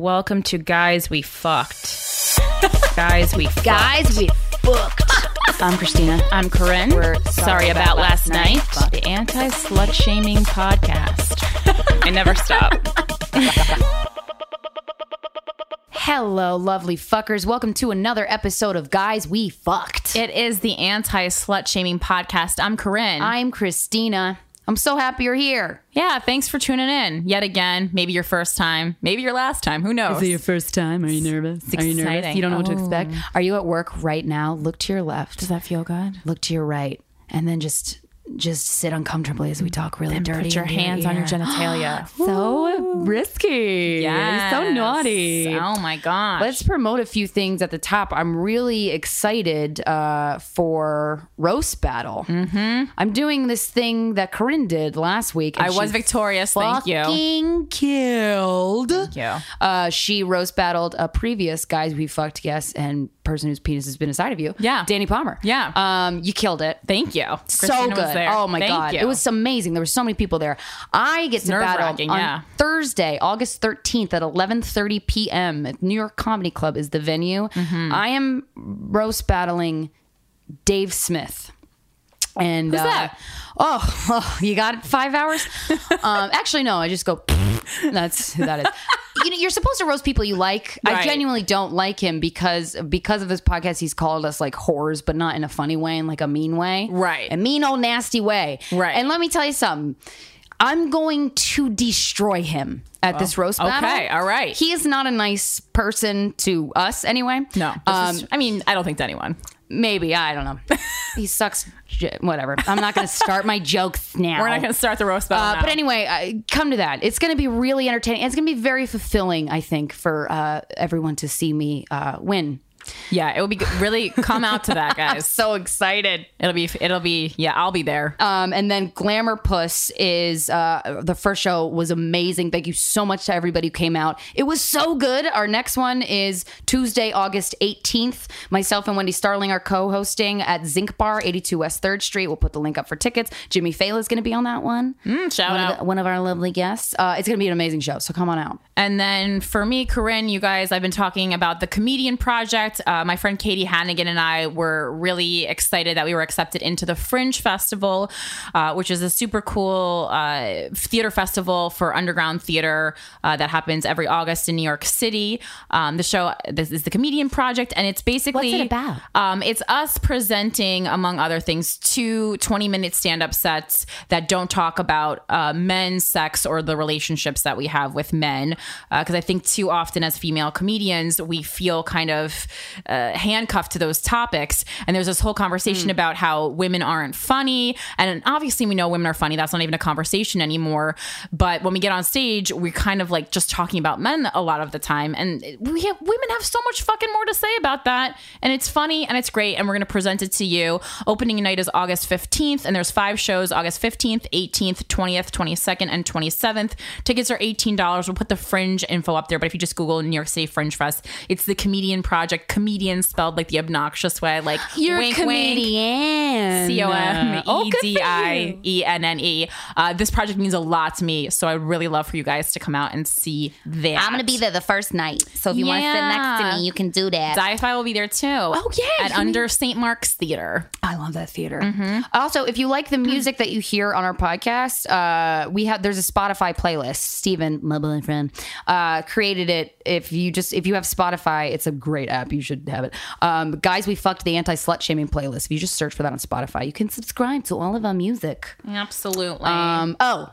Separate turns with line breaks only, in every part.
Welcome to Guys We Fucked. Guys We Fucked.
Guys, we booked. I'm Christina.
I'm Corinne.
We're
sorry, about, last night.
Fuck.
The anti slut shaming podcast. I never stop.
Hello, lovely fuckers. Welcome to another episode of Guys We Fucked.
It is the anti slut shaming podcast. I'm Corinne.
I'm Christina. I'm so happy you're here.
yeah, thanks for tuning in yet again. Maybe your first time, maybe your last time. Who knows?
first time? Are you nervous?
It's exciting.
You don't know what to
Oh.
expect. Are you at work right now? Look to your left.
Does that feel good?
Look to your right, and then just just sit uncomfortably as we talk really dirty.
Put your
into
hands on your
ear.
genitalia.
So risky. So naughty.
Oh my gosh.
Let's promote a few things at the top. I'm really excited uh, for roast battle. Mm-hmm. I'm doing this thing that Corinne did last week. and
I was
she
victorious. Thank you.
Fucking killed.
Thank you.
Uh, she roast battled a previous guys we fucked guest and person whose penis has been inside of you.
Yeah.
Danny Palmer.
Yeah.
um, you killed it.
Thank you.
so
Christina
good.
was there.
Oh my
Thank
god,
you.
it was amazing. There were so many people there. I get to battle on
nerve-wracking, yeah.
Thursday, August thirteenth at eleven thirty p.m. at New York Comedy Club is the venue.
Mm-hmm.
I am roast battling Dave Smith. And uh,
that?
Oh, you got it? five hours? um, actually, no. I just go. That's who that is. You know, you're supposed to roast people you like. I
Right.
genuinely don't like him because because of this podcast. He's called us like whores, but not in a funny way, in like a mean way,
Right.
A mean old nasty way,
Right.
And let me tell you something. I'm going to destroy him at this roast battle.
Oh, okay, all right.
He is not a nice person to us anyway.
No, this
Um,
is- I mean, I don't think to anyone.
maybe. I don't know. he sucks. j- Whatever. I'm not going to start my jokes now.
We're not going to start the roast battle.
Uh,
now.
but anyway, I, come to that. It's going to be really entertaining. It's going to be very fulfilling, I think, for uh, everyone to see me uh, win.
yeah, it will be good. really come out to that, guys.
So excited.
It'll be, it'll be, yeah, I'll be there.
Um, and then Glamour Puss is uh, the first show was amazing. Thank you so much to everybody who came out. It was so good. Our next one is Tuesday, August 18th. Myself and Wendy Starling are co hosting at Zinc Bar, 82 West 3rd Street. We'll put the link up for tickets. Jimmy Fallon is going to be on that one.
Mm, shout
One
out.
of, the- one of our lovely guests. Uh, it's going to be an amazing show. So come on out.
and then for me, Corinne, you guys, I've been talking about the comedian project. Uh, my friend Katie Hannigan and I were really excited that we were accepted into the Fringe Festival, uh, which is a super cool uh, theater festival for underground theater uh, that happens every August in New York City. Um, the show, this is the Comedian Project, and it's basically
What's it about?
Um, it's us presenting, among other things, two 20 minute stand up sets that don't talk about uh, men, sex, or the relationships that we have with men. Because I think too often as female comedians, we feel kind of uh, handcuffed to those topics. And there's this whole conversation about how women aren't funny. And obviously, we know women are funny. That's not even a conversation anymore. But when we get on stage, we're kind of like just talking about men a lot of the time. And we have, women have so much fucking more to say about that. And it's funny and it's great. And we're going to present it to you. Opening night is August 15th. And there's five shows August 15th, 18th, 20th, 22nd, and 27th. Tickets are $18. We'll put the fringe info up there. But if you just Google New York City Fringe Fest, it's the Comedian Project. Comedian spelled like the obnoxious way, like wink, wink.
comedian.
C O
uh,
M
oh,
E D I E N N E. Uh, This project means a lot to me, so I would really love for you guys to come out and see that.
I'm gonna be there the first night, so if you want to sit
Yeah.
next to me, you can do that.
Sci-fi will be there too. Oh
yeah,
At
you
Under St. Mark's Theater.
I love that theater. Mm-hmm. Hmm. Also, if you like the music that you hear on our podcast, uh, we have there's a Spotify playlist. Steven, my brilliant friend, uh, created it. If you just if you have Spotify, it's a great app. You should have it. Um, guys, we fucked the anti slut shaming playlist. If you just search for that on Spotify, you can subscribe to all of our music.
Absolutely.
Um, oh,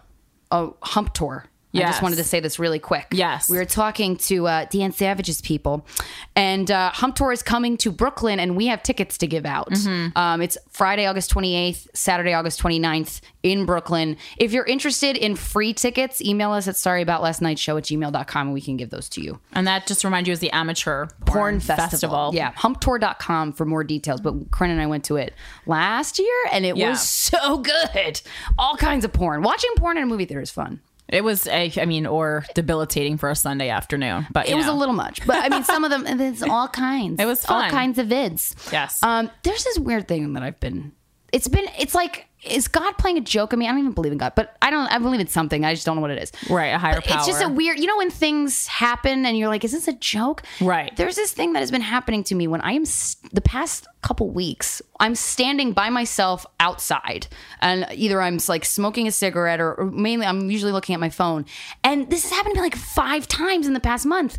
oh, Hump Tour. I
Yes.
just wanted to say this really quick.
Yes.
We were talking to uh, Dan Savage's people, and uh, Hump Tour is coming to Brooklyn, and we have tickets to give out.
Mm-hmm.
Um, it's Friday, August 28th, Saturday, August 29th in Brooklyn. If you're interested in free tickets, email us at sorryaboutlastnightshow at gmail.com, and we can give those to you.
and that just reminds you is the amateur
Porn Festival. Yeah, humptour.com for more details. But Corinne and I went to it last year and it
Yeah.
was so good. All kinds of porn. Watching porn in a movie theater is fun.
It was a I mean, or debilitating for a Sunday afternoon. But
It was a little much, but I mean, some of them, it's all kinds. It
was
all
fun.
kinds of vids.
Yes.
Um, there's this weird thing that I've been it's been it's like is God playing a joke on me? I don't even believe in God, but I don't I believe in something. I just don't know what it is.
Right, a higher
But It's just a
power.
weird, you know, when things happen and you're like, is this a joke?
Right.
There's this thing that has been happening to me when I am s the past couple weeks. I'm standing by myself outside, and either I'm like smoking a cigarette, or, or mainly I'm usually looking at my phone. And this has happened to me like five times in the past month.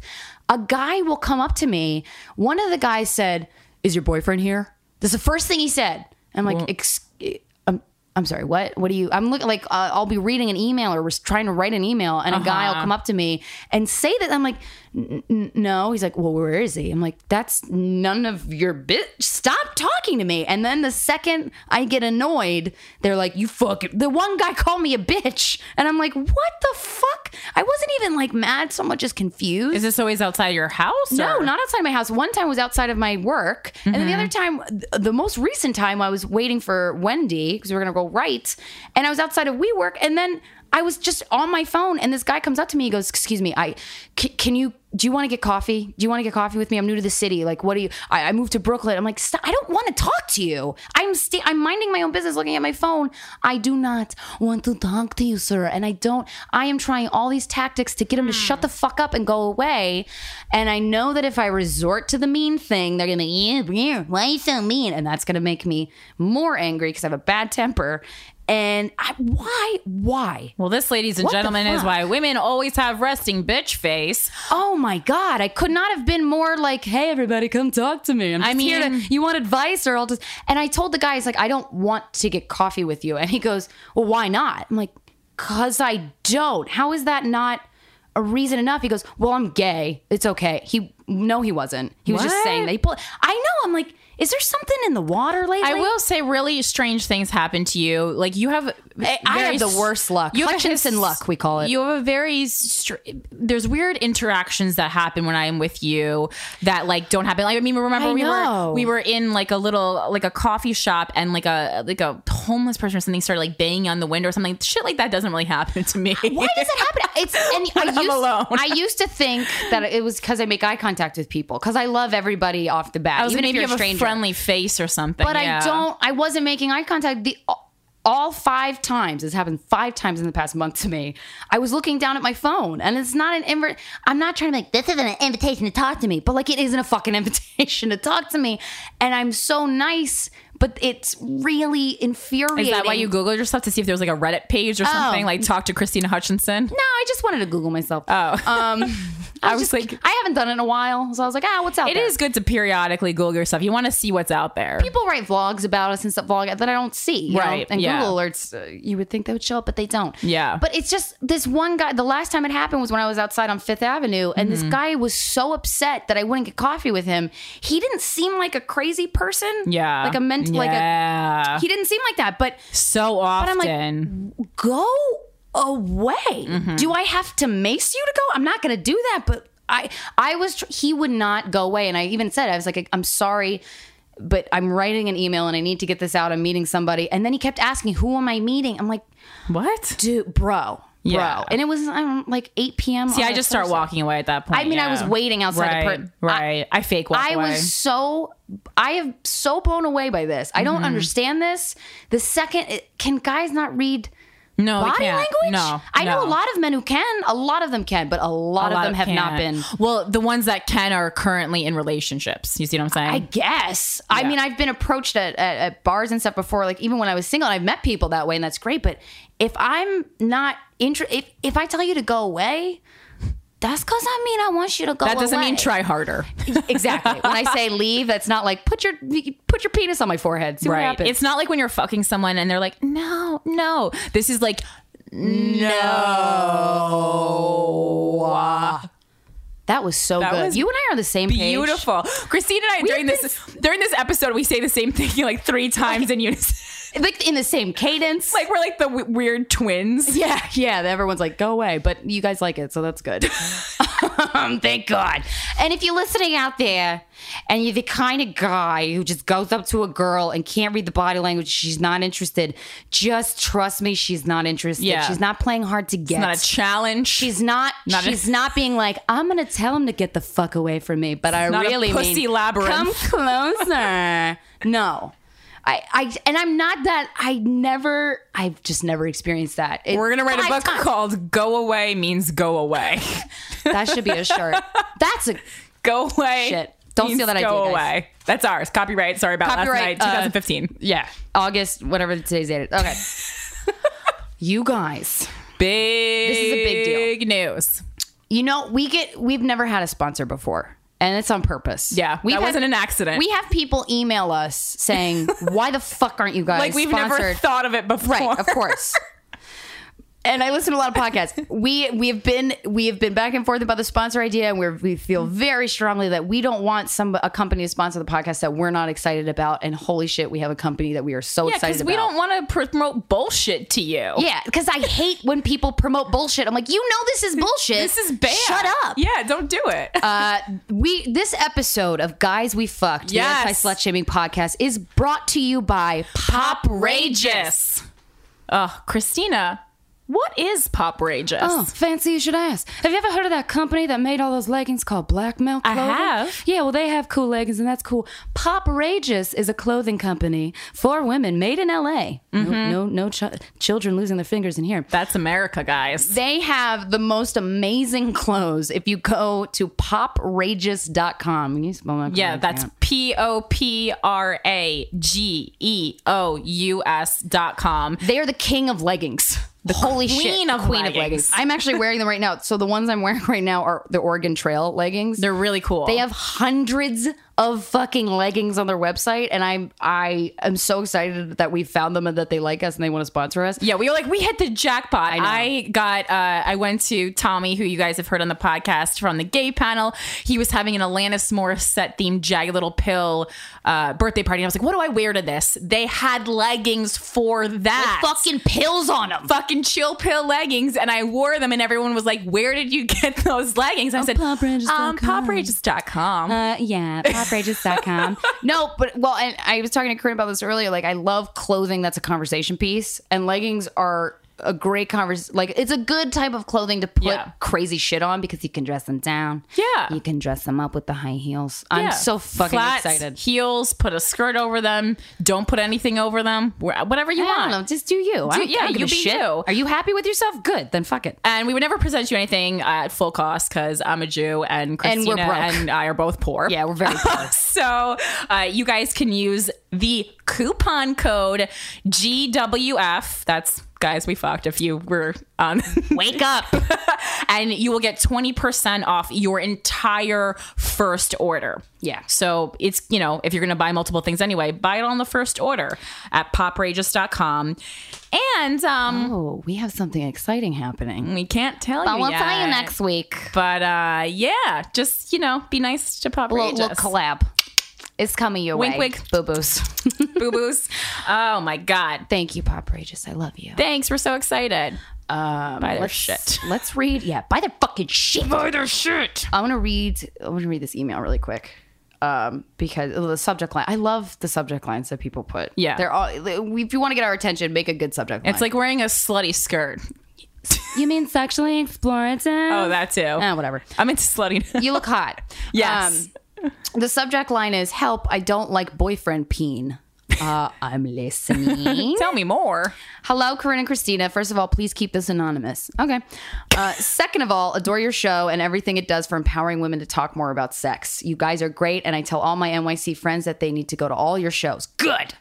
A guy will come up to me. One of the guys said, "Is your boyfriend here?" That's the first thing he said. I'm like, Ex- I'm, Um, I'm sorry, what? What do you? I'm looking like uh, I'll be reading an email or was trying to write an email, and a guy will come up to me and say that I'm like, "N- n- no. He's like, well, where is he? I'm like, that's none of your bit. Stop talking to me. And then the second I get annoyed, they're like, you fucking. The one guy called me a bitch, and I'm like, what the fuck? I wasn't even like mad so much as confused.
Is this always outside your house?
No,
or-
not outside my house. One time was outside of my work, and then the other time, th- the most recent time, I was waiting for Wendy because we were gonna go right, and I was outside of WeWork, and then I was just on my phone, and this guy comes up to me, he goes, "Excuse me, I c- can you." Do you want to get coffee? Do you want to get coffee with me? I'm new to the city. Like, what do you? I, I moved to Brooklyn. I'm like, Stop, I don't want to talk to you. I'm sta- I'm minding my own business, looking at my phone. I do not want to talk to you, sir. And I don't. I am trying all these tactics to get him to shut the fuck up and go away. And I know that if I resort to the mean thing, they're gonna be yeah, yeah, why are you so mean? And that's gonna make me more angry because I have a bad temper. And I, why? Why?
Well, this, ladies and
What the
gentlemen, is
fuck?
why women always have resting bitch face.
Oh my god! I could not have been more like, "Hey, everybody, come talk to me." I'm
I
just here to-
mean-
you want advice, or I'll just. And I told the guy, "He's like, I don't want to get coffee with you," and he goes, "Well, why not?" I'm like, "Cause I don't." How is that not a reason enough? He goes, "Well, I'm gay. It's okay." He no, he wasn't. He was just
What?
saying that. He pulled. I know. I'm like, is there something in the water lately?
I will say, really strange things happen to you. Like you have,
I- I
very
have the
s-
worst luck.
have a
Hutchinson luck, we call it.
You have a very str- there's weird interactions that happen when I am with you that like don't happen. Like I mean, remember
I
we
know.
were we were in like a little like a coffee shop and like a like a homeless person or something started like banging on the window or something. Shit like that doesn't really happen to me.
Why does it happen? It's and I
When I'm
used,
alone.
I used to think that it was because I make eye contact with people because I love everybody off the bat,
I was
even
gonna
if
maybe
you're
have
a stranger.
a friendly face or something.
but
yeah.
I don't. I wasn't making eye contact. The all five times this happened five times in the past month to me. I was looking down at my phone, and it's not an invite. I'm not trying to be like this isn't an invitation to talk to me, but like it isn't a fucking invitation to talk to me. And I'm so nice, but it's really infuriating.
Is that why you googled yourself to see if there was like a Reddit page
Oh.
or something? Like talk to Christina Hutchinson.
No, I just wanted to Google myself. Oh, um, I,
I was
was
like-
like, I haven't done it in a while, so I was like, ah, what's out
It
there?
is good to periodically Google yourself. You want to see what's out there.
People write vlogs about us and stuff vlog that I don't see, you know?
Right,
And
yeah.
Google alerts, uh, you would think they would show up, but they don't.
Yeah.
But it's just this one guy. The last time it happened was when I was outside on Fifth Avenue, and
Mm-hmm.
this guy was so upset that I wouldn't get coffee with him. He didn't seem like a crazy person.
yeah,
like a mental, like a.
yeah,
He didn't seem like that, but
so
I'm
often.
like, go away.
Mm-hmm.
Do I have to mace you to go? I'm not going to do that. But I, I was, tr- he would not go away. And I even said, I was like, I'm sorry, but I'm writing an email and I need to get this out. I'm meeting somebody. And then he kept asking, who am I meeting? I'm like,
what?
dude, bro, bro.
Yeah.
And it was um, like 8 p.m.
See, I just start walking away at that point.
I mean, I
yeah.
was waiting outside the
Right,
per-
right. I, fake walk
I
away.
was so I am so blown away by this. I
Mm-hmm.
don't understand this. The second it, can guys not read
No, they
body
can't.
language?
No,
I know
no.
a lot of men who can. A lot of them can, but a lot
A
of
lot
them have not
can't.
been.
Well, the ones that can are currently in relationships. You see what I'm saying?
I guess. I
Yeah.
mean, I've been approached at, at, at bars and stuff before. Like even when I was single, I've met people that way, and that's great. But if I'm not inter, if if I tell you to go away. That's because I mean I want you to go.
that doesn't mean
away.
try harder.
exactly. When I say leave, that's not like put your put your penis on my forehead. See what
right.
happens.
It's not like when you're fucking someone and they're like, no, no. This is like,
That was so
That
good.
was
you and I are on the same page.
Beautiful. Christine and I during
been-
this during this episode we say the same thing like three times in unison.
Like in the same cadence.
like we're like the w- weird twins.
yeah, yeah. Everyone's like, go away. But you guys like it, so that's good. um, thank God. And if you're listening out there and you're the kind of guy who just goes up to a girl and can't read the body language, she's not interested, just trust me, she's not interested.
Yeah.
She's not playing hard to get.
It's not a challenge.
She's not.
Not a-
she's not being like I'm gonna tell him to get the fuck away from me. But I
not a
really
pussy
mean,
labyrinth.
Come closer. no. I, I and I'm not that I never I've just never experienced that. It-
We're gonna write a
I-
book
I-
called "Go Away Means Go Away."
That should be a shirt. That's a
go away.
Shit. Don't
means
steal
Go
that idea, guys.
away. That's ours. Copyright. Sorry about
Copyright, uh,
last night, 2015.
yeah. August, whatever today's date is. Okay. you guys.
Big. This
is a big deal.
Big news.
You know, we get we've never had a sponsor before. And it's on purpose.
Yeah,
we
that wasn't an accident.
We have people email us saying, "Why the fuck aren't you guys
Like we've
sponsored?
never thought of it before.
Right, of course. And I listen to a lot of podcasts. We we have been we have been back and forth about the sponsor idea, and we're, we feel very strongly that we don't want some a company to sponsor the podcast that we're not excited about. And holy shit, we have a company that we are so
Yeah,
excited
because
about.
we don't want to promote bullshit to you.
Yeah, because I hate when people promote bullshit. I'm like, you know, this is bullshit.
This is bad.
Shut up.
Yeah, don't do it.
Uh, we this episode of Guys We Fucked,
Yes.
the anti slut shaming podcast, is brought to you by Pop Rageous.
Outrageous. Oh, Christina, what is poprageous?
Oh, fancy you should ask. Have you ever heard of that company that made all those leggings called Blackmail
I
Clothing?
have.
Yeah, well, they have cool leggings, and that's cool. Pop Rageous is a clothing company for women made in LA.
Mm-hmm.
No, no, no ch- children losing their fingers in here.
That's America, guys.
They have the most amazing clothes. If you go to poprageous.com, Can you spell my
Yeah, that's P O P R A G E O U S dot com.
they are the king of leggings. The holy
queen
shit,
of
queen of
leggings.
leggings. I'm actually wearing them right now. So the ones I'm wearing right now are the Oregon Trail leggings.
They're really cool.
They have hundreds of fucking leggings on their website, and I'm I am so excited that we found them and that they like us and they want to sponsor us.
Yeah, we were like, we hit the jackpot.
know.
I, got, uh, I went to Tommy, who you guys have heard on the podcast from the gay panel. He was having an Alanis Morissette themed Jagged Little Pill uh, birthday party. And I was like, what do I wear to this? They had leggings for that.
Fucking pills on them.
fucking chill pill leggings and I wore them and everyone was like, Where did you get those leggings?
Oh,
I said, um,
poprageous.com.
poprageous.com.
Uh, yeah, poprageous.com. no, but well, and I was talking to Corinne about this earlier. Like, I love clothing that's a conversation piece, and leggings are a great convers. Like, it's a good type of clothing to put
Yeah.
crazy shit on because you can dress them down.
Yeah.
you can dress them up with the high heels.
Yeah.
I'm so fucking
Flats,
excited.
Heels, put a skirt over them. Don't put anything over them. wh- Whatever you
I
want.
don't know, just do you. I
Do-
don't,
yeah,
I don't give
you
a
be
shit.
you.
Are you happy with yourself? Good, then fuck it.
And we would never present you anything at full cost because I'm a Jew and
And we're
Christina and,
broke.
I are both poor.
Yeah, we're very poor.
So uh, you guys can use the coupon code GWF. That's guys we fucked if you were on
Wake up.
and you will get 20% off your entire first order.
Yeah.
So it's, you know, if you're going to buy multiple things anyway, buy it on the first order at poprageous.com. And um,
Oh, we have something exciting happening.
we can't tell you.
But we'll tell you
yet.
next week.
But uh, yeah, just, you know, be nice to
Little,
poprageous.
little collab. It's coming your
Wink,
way.
wink.
Boo boos.
Boo boos. Oh my God.
Thank you, Pop Rageous. I love you.
Thanks. We're so excited.
Um,
Buy their
let's,
shit.
Let's read. Yeah, buy their fucking shit.
Buy their shit.
I want to read. I want to read this email really quick um, because oh, the subject line. I love the subject lines that people put.
Yeah.
they're all. If you want to get our attention, make a good subject line.
It's like wearing a slutty skirt.
you mean sexually explorative?
Oh, that too.
Ah, whatever.
I'm into slutty.
You look hot.
Yes.
Um, the subject line is "Help! I don't like boyfriend peen." Uh, I'm listening.
Tell me more.
Hello, Corinne and Christina. First of all, please keep this anonymous. Okay. Uh, second of all, adore your show and everything it does for empowering women to talk more about sex. You guys are great, and I tell all my NYC friends that they need to go to all your shows. Good.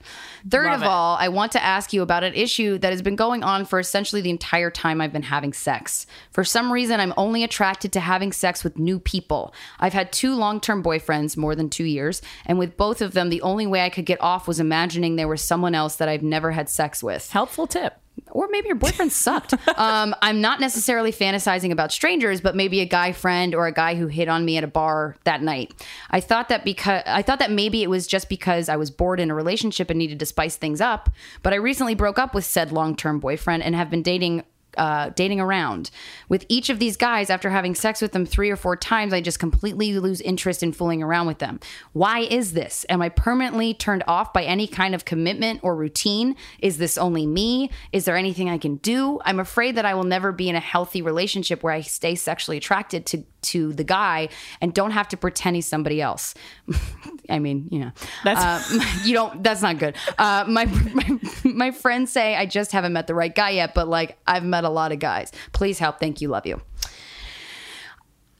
Third
Love
of
it.
all, I want to ask you about an issue that has been going on for essentially the entire time I've been having sex. For some reason, I'm only attracted to having sex with new people. I've had two long term boyfriends, more than two years, and with both of them, the only way I could get off was imagining there was someone else that I've never had sex with
Helpful tip.
or maybe your boyfriend sucked. Um, I'm not necessarily fantasizing about strangers, but maybe a guy friend or a guy who hit on me at a bar that night. I thought that because I thought that maybe it was just because I was bored in a relationship and needed to spice things up. But I recently broke up with said long-term boyfriend and have been dating uh, dating around. With each of these guys, after having sex with them three or four times, I just completely lose interest in fooling around with them. Why is this? Am I permanently turned off by any kind of commitment or routine? Is this only me? Is there anything I can do? I'm afraid that I will never be in a healthy relationship where I stay sexually attracted to to the guy and don't have to pretend he's somebody else. I mean, you know,
That's-
uh, you don't. That's not good. Uh, my, my my friends say I just haven't met the right guy yet, but like I've met a lot of guys. Please help. Thank you. Love you.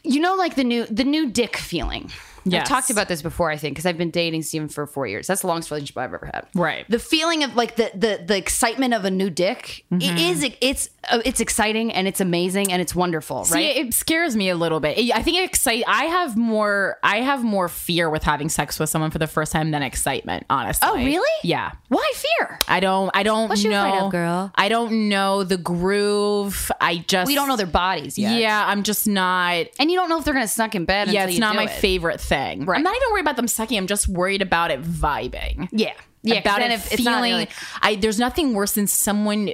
You know, like the new the new dick feeling. I've
Yes.
talked about this before, I think, because I've been dating Steven for four years. That's the longest relationship I've ever had.
Right.
The feeling of like the the the excitement of a new dick it
Mm-hmm.
is it's uh, it's exciting and it's amazing and it's wonderful,
See,
right?
it scares me a little bit. It- I think it excite. I have more. I have more fear with having sex with someone for the first time than excitement. Honestly.
Oh, really?
Yeah.
Why fear?
I don't. I don't
What's you
know,
afraid of, girl?
I don't know the groove. I just.
We don't know their bodies yet.
Yeah, I'm just not.
And you don't know if they're going to snuck in bed.
Yeah,
until
it's
you
not
do
my
it.
favorite thing.
Right.
I'm not even worried about them sucking. I'm just worried about it vibing.
Yeah. Yeah. 'cause
about
then
it
if it's not
feeling.
really-
I there's nothing worse than someone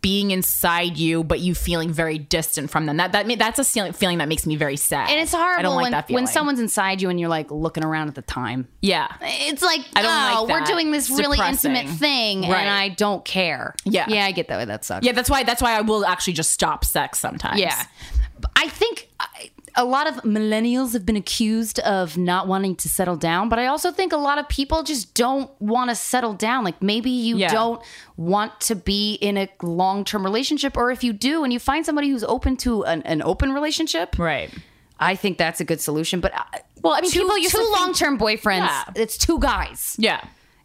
being inside you, but you feeling very distant from them. That that ma- that's a feeling feeling that makes me very sad.
and it's
I
horrible
don't like
when,
that feeling.
when someone's inside you and you're like looking around at the time.
yeah
It's like,
don't
oh,
like that.
we're doing this
It's
really
depressing.
intimate thing
Right.
and I don't care.
Yeah.
Yeah, I get that. That sucks.
yeah that's why that's why I will actually just stop sex sometimes.
Yeah. But I think I- a lot of millennials have been accused of not wanting to settle down, but I also think a lot of people just don't want to settle down. Like maybe you
Yeah.
don't want to be in a long term relationship, or if you do and you find somebody who's open to an, an open relationship,
right.
I think that's a good solution. But uh,
Well, I mean,
two,
people used to
two
think-
long term boyfriends,
Yeah.
it's two guys.
Yeah.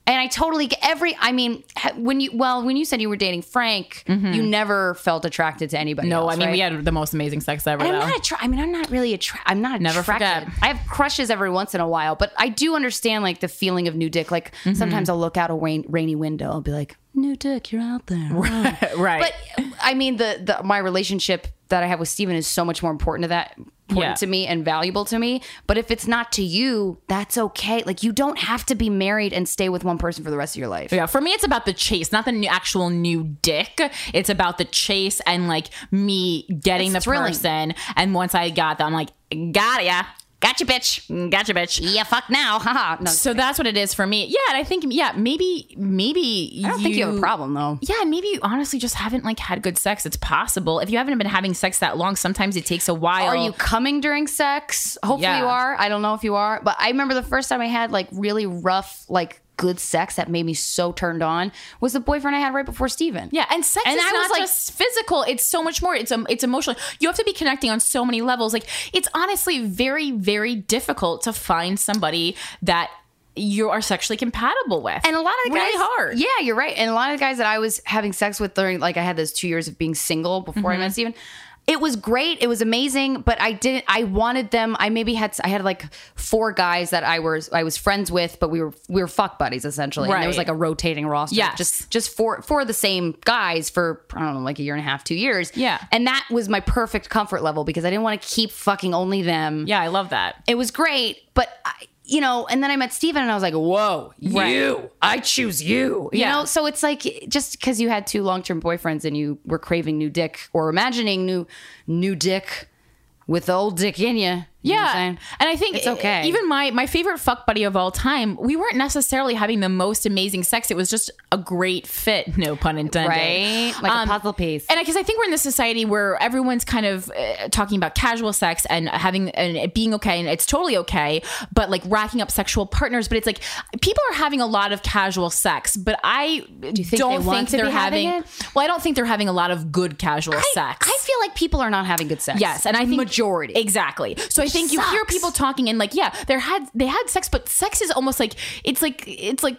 And I totally get every. I mean, ha- when you well, when you said you were dating Frank, you never felt attracted to anybody.
Mm-hmm. No,
else,
I mean
right?
we had the most amazing sex ever.
And
though.
I'm not attra- I mean, I'm not really attracted. I'm not
Never
attracted.
forget.
I have crushes every once in a while, but I do understand like the feeling of new dick. Like
Mm-hmm.
sometimes I'll look out a rain- rainy window. I'll be like, new dick, you're out there.
right.
But I mean, the, the my relationship that I have with Steven is so much more important to that. Important
Yeah.
to me and valuable to me, but if it's not to you, that's okay. Like you don't have to be married and stay with one person for the rest of your life.
Yeah, for me, it's about the chase, not the new, actual new dick. It's about the chase and like me getting
It's
the
thrilling.
person. And once I got them, I'm like, got ya, got you, bitch, got you, bitch.
Yeah, fuck now, haha. No,
So that's what it is for me. Yeah, and I think yeah, maybe maybe
I don't think you have a problem though.
Yeah, maybe you honestly just haven't like had good sex. It's possible if you haven't been having sex that long. Sometimes it takes a while.
Are you coming during sex? Hopefully
Yeah.
you are. I don't know if you are, but I remember the first time I had like really rough, like good sex that made me so turned on was the boyfriend I had right before Steven.
Yeah, and sex
And
is
I was
not
like-
just physical. It's so much more. It's um, it's emotional. You have to be connecting on so many levels. Like it's honestly very, very difficult to find somebody that you are sexually compatible with.
And a lot of the guys
really hard.
Yeah, you're right. And a lot of the guys that I was having sex with during like I had those two years of being single
Mm-hmm.
before I met Steven. It was great. It was amazing, but I didn't. I wanted them. I maybe had. I had like four guys that I was I was friends with, but we were we were fuck buddies essentially. And there was
Right.
like a rotating roster. of
Yes.
just just for for the same guys for I don't know like a year and a half, two years.
Yeah.
and that was my perfect comfort level because I didn't want to keep fucking only them
yeah, I love that.
it was great, but I, you know, and then I met Steven and I was like, whoa,
Right.
you, I choose you, you
Yeah.
know? So it's like, just cause you had two long-term boyfriends and you were craving new dick or imagining new, new dick with old dick in you. you know what I'm
Yeah,
saying?
and I think e-,
It's okay.
Even my my favorite fuck buddy of all time, we weren't necessarily having the most amazing sex. It was just a great fit, no pun intended. Um,
Right? Like a puzzle piece.
And because I think we're in this society where everyone's kind of uh, talking about casual sex and having and it being okay, and it's totally okay, but like racking up sexual partners. But it's like people are having a lot of casual sex, but I Do
think
not
they want
think
to be
they're
having
having. well, I don't think they're having a lot of good casual
I-
sex.
I, feel like people are not having good sex.
Yes, and I think
majority.
exactly. So I think you hear
sucks.
people talking and like, yeah, there had they had sex, but sex is almost like it's like it's like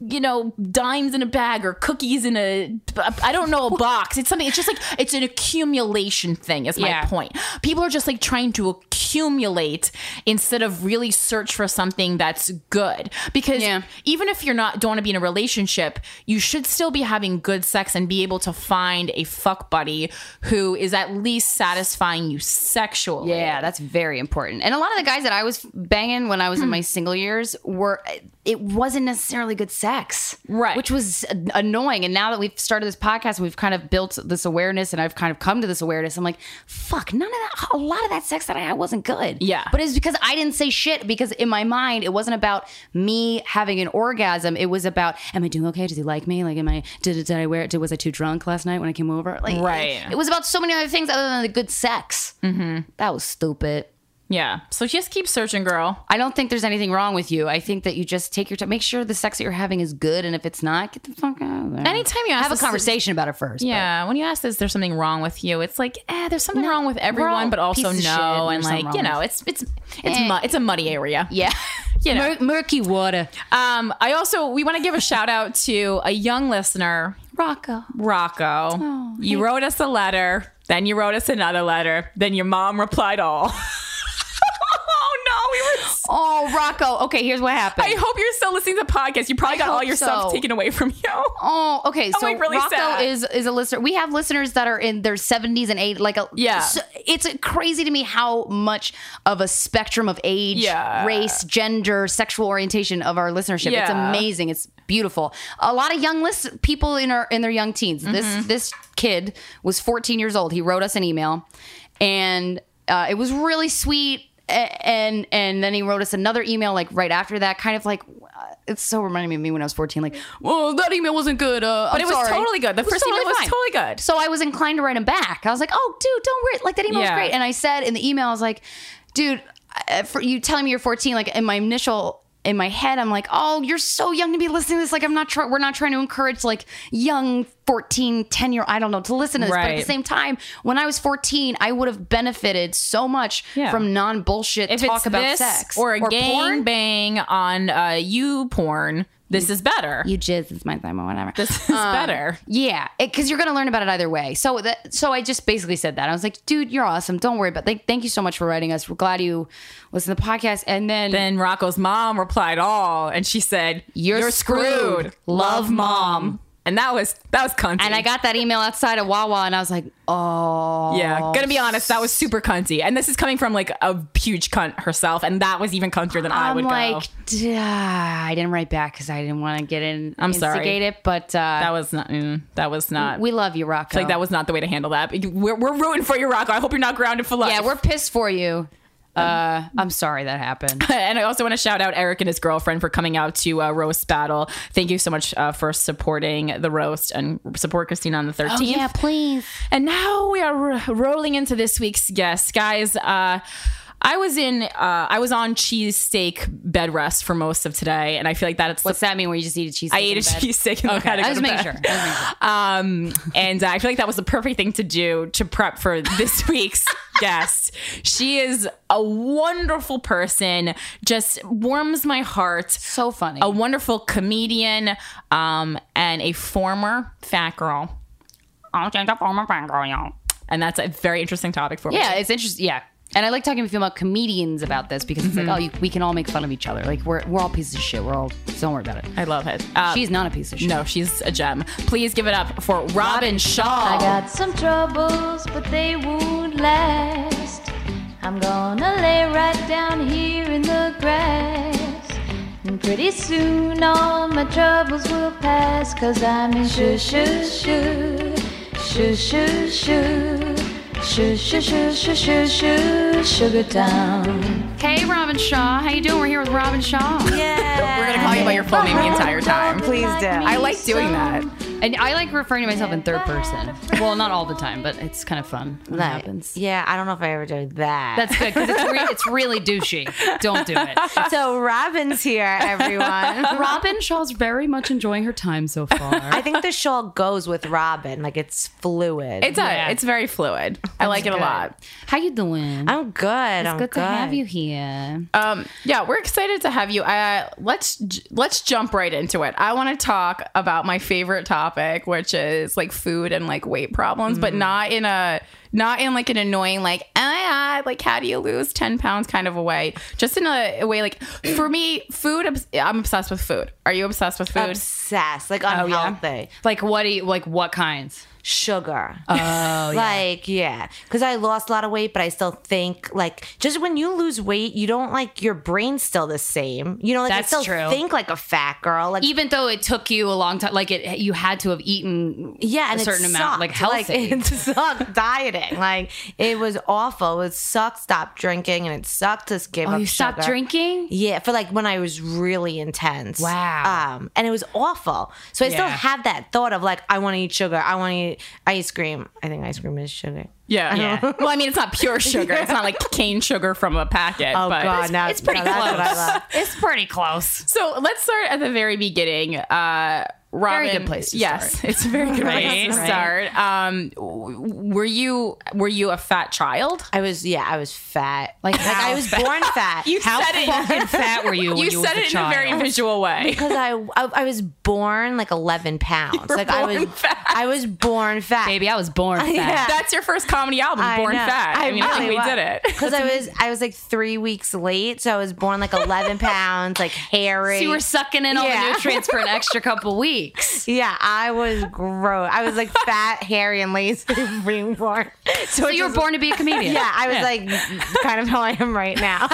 you know dimes in a bag or cookies in a I don't know a box. It's something. It's just like it's an accumulation thing. Is my
Yeah.
point. People are just like trying to accumulate instead of really search for something that's good because
Yeah.
even if you're not don't want to be in a relationship, you should still be having good sex and be able to find a fuck buddy who is at least satisfying you sexually.
Yeah, that's very important. And a lot of the guys that I was banging when I was in
Hmm.
my single years were it wasn't necessarily good sex.
Right.
Which was annoying. And now that we've started this podcast, we've kind of built this awareness and I've kind of come to this awareness. I'm like, fuck, none of that a lot of that sex that I had wasn't good.
Yeah.
But it's because I didn't say shit because in my mind it wasn't about me having an orgasm. It was about am I doing okay? Does he like me? Like am I did, did I wear it? Did, was I too drunk last night when I came over? Like
Right.
it was about so many other things other than the good sex. Mm-hmm. That was stupid.
Yeah. So just keep searching, girl.
I don't think there's anything wrong with you. I think that you just take your time, make sure the sex that you're having is good, and if it's not, get the fuck out of there.
Anytime you ask
have a
us-
conversation about it first. but-
Yeah, when you ask, is there something wrong with you? It's like, eh, there's something wrong with everyone,
all
but also
pieces of shit
no,
and
and
there's something
like you
wrong Eh.
know, it's it's it's mu- it's a muddy area.
yeah,
You know.
Mur- murky water.
Um, I also we want to give a shout out to a young listener,
Rocco.
Rocco.
Oh,
you wrote us a letter, then you wrote us another letter, then your mom replied all. oh no, we were. So-
Oh, Rocco. Okay, here's what happened.
I hope you're still listening to the podcast. You probably
I
got all
hope
your stuff
so.
taken away from you.
Oh, okay. So
like, really
Rocco
sad.
is is a listener. We have listeners that are in their seventies and eight. Like, a,
Yeah.
so- it's crazy to me how much of a spectrum of age,
Yeah.
race, gender, sexual orientation of our listenership. It's
Yeah.
amazing. It's beautiful. A lot of young list people in our in their young teens.
Mm-hmm.
This this kid was fourteen years old. He wrote us an email, and uh, it was really sweet. A- And and then he wrote us another email like right after that, kind of like uh, it's so reminding me of me when I was fourteen. Like, well, that email wasn't good. Uh,
But it was totally good. The first email was totally good.
So I was inclined to write him back. I was like, oh, dude, don't worry. Like, that email
Yeah.
was great. And I said in the email, I was like, dude, uh, for you telling me you're 14, like in my initial. In my head, I'm like, oh, you're so young to be listening to this. Like, I'm not trying, we're not trying to encourage like young 14, 10 year, I don't know, to listen to this. But at the
Right.
same time, when I was 14, I would have benefited so much
Yeah.
from non bullshit
if
talk
it's
about
this
sex
or a gang
porn.
bang on uh, you porn, this is better.
You Um, jizz is my time or whatever.
this is better.
Yeah, because you're going to learn about it either way. So that, so I just basically said that. I was like, dude, you're awesome. Don't worry about Like, thank you so much for writing us. We're glad you listened to the podcast. And then,
Then Rocco's mom replied all, and she said,
You're screwed. Love, Mom."
And that was that was cunty.
and I got that email outside of Wawa, and I was like, oh,
yeah. Gonna be honest, that was super cunty. And this is coming from like a huge cunt herself, and that was even cuntier than i
I'm
would
like,
go.
"Duh." I didn't write back because I didn't want to get in.
I'm sorry.
instigate it, but uh,
That was not. mm, that was not.
we love you, Rocco.
like that was not the way to handle that. We're, we're rooting for you, Rocco. I hope you're not grounded for life.
yeah, we're pissed for you.
Um,
Uh, I'm sorry that happened.
and I also want to shout out Eric and his girlfriend for coming out to uh, roast battle. Thank you so much uh, for supporting the roast and support Christina
Oh,
on the 13th.
please.
And now we are r- rolling into this week's guest, guys. Uh, I was in, uh, I was on cheesesteak bed rest for most of today, and I feel like that's
What's that mean? Where you just eat a cheese?
I ate a cheesesteak and okay. had to go
I was
to
making
bed.
sure. I was making sure.
Um, and I feel like that was the perfect thing to do to prep for this week's guest. She is a wonderful person, just warms my heart.
So funny.
A wonderful comedian um, and a former fat girl.
I'll change up on my bank girl, y'all.
And that's a very interesting topic for me.
Yeah, it's interesting. Yeah. And I like talking with you about comedians about this because it's like, oh, you, we can all make fun of each other. Like we're we're all pieces of shit. We're all don't worry about it.
I love it. Uh,
She's not a piece of shit.
no, she's a gem. Please give it up for Robin Shaw.
I got some troubles, but they won't last. I'm gonna lay right down here in the grass. And pretty soon all my troubles will pass. Cause I'm in shoo shoo shoo. Shoo shoo shoo. Shoo shoo shoo shoo shoo shoo. Sugar Town.
Hey, Robin Shaw, how you doing? We're here with Robin Shaw.
We're going to call you by your full name the entire time.
Please do.
I like doing that.
And I like referring to myself in third person. Well, not all the time, but it's kind of fun when that happens.
Yeah, I don't know if I ever did that.
That's good because it's, re- it's really douchey. Don't do it.
so Robin's here, everyone.
Robin Shaw's very much enjoying her time so far.
I think the shawl goes with Robin, like it's fluid.
It's a, it's very fluid. I like it a lot.
How you doing?
I'm good. It's I'm
Good to have you here.
Um, yeah, we're excited to have you. Uh, let's j- let's jump right into it. I want to talk about my favorite topic, which is like food and like weight problems,
Mm-hmm.
but not in a not in like an annoying like oh my God, like how do you lose ten pounds kind of a way. Just in a, a way like for me, food. obs- I'm obsessed with food. Are you obsessed with food?
Obsessed, like unhealthy.
Like what? Do you, like what kinds?
Sugar. Oh, Like, yeah. Because I lost a lot of weight, but I still think, like, just when you lose weight, you don't, like, your brain's still the same. You know, like,
That's
I still
true.
think like a fat girl. Like,
even though it took you a long time, like it, you had to have eaten,
yeah, and
a
it
certain amount,
sucked.
like healthy.
it sucked dieting. Like it was awful. It sucked. Stop drinking, and it sucked to give
oh,
up.
you stopped
sugar.
drinking.
Yeah, for like when I was really intense.
Wow.
Um, and it was awful. So I still
Yeah.
have that thought of like, I want to eat sugar. I want to eat right? Ice cream. I think ice cream is sugar.
Yeah.
Yeah.
well, I mean, it's not pure sugar. It's not like cane sugar from a packet.
Oh
but
God, now it's
pretty
now That's what I
close.
love.
It's pretty close.
So let's start at the very beginning. Uh, Robin,
good place to
yes, it's a very good
Right,
place to
right.
start. Um, w- were you were you a fat child?
I was yeah, I was fat. Like,
how
I was born fat.
You
How
said it.
Fucking fat were you? when
You,
you was
said
a
it in a
child?
very visual way.
because I, I I was born like 11 pounds.
were
like I
born
was
fat.
I was born fat.
Baby, I was born fat.
Yeah.
That's your first comedy album, Born Fat. I, mean, I think we did it.
because I was I was like three weeks late, so I was born like 11 pounds, like hairy.
So you were sucking in all
Yeah.
the nutrients for an extra couple weeks.
yeah, I was gross. I was like fat, hairy, and lazy being born.
So you were born to be a comedian.
Yeah, I was like kind of how I am right now.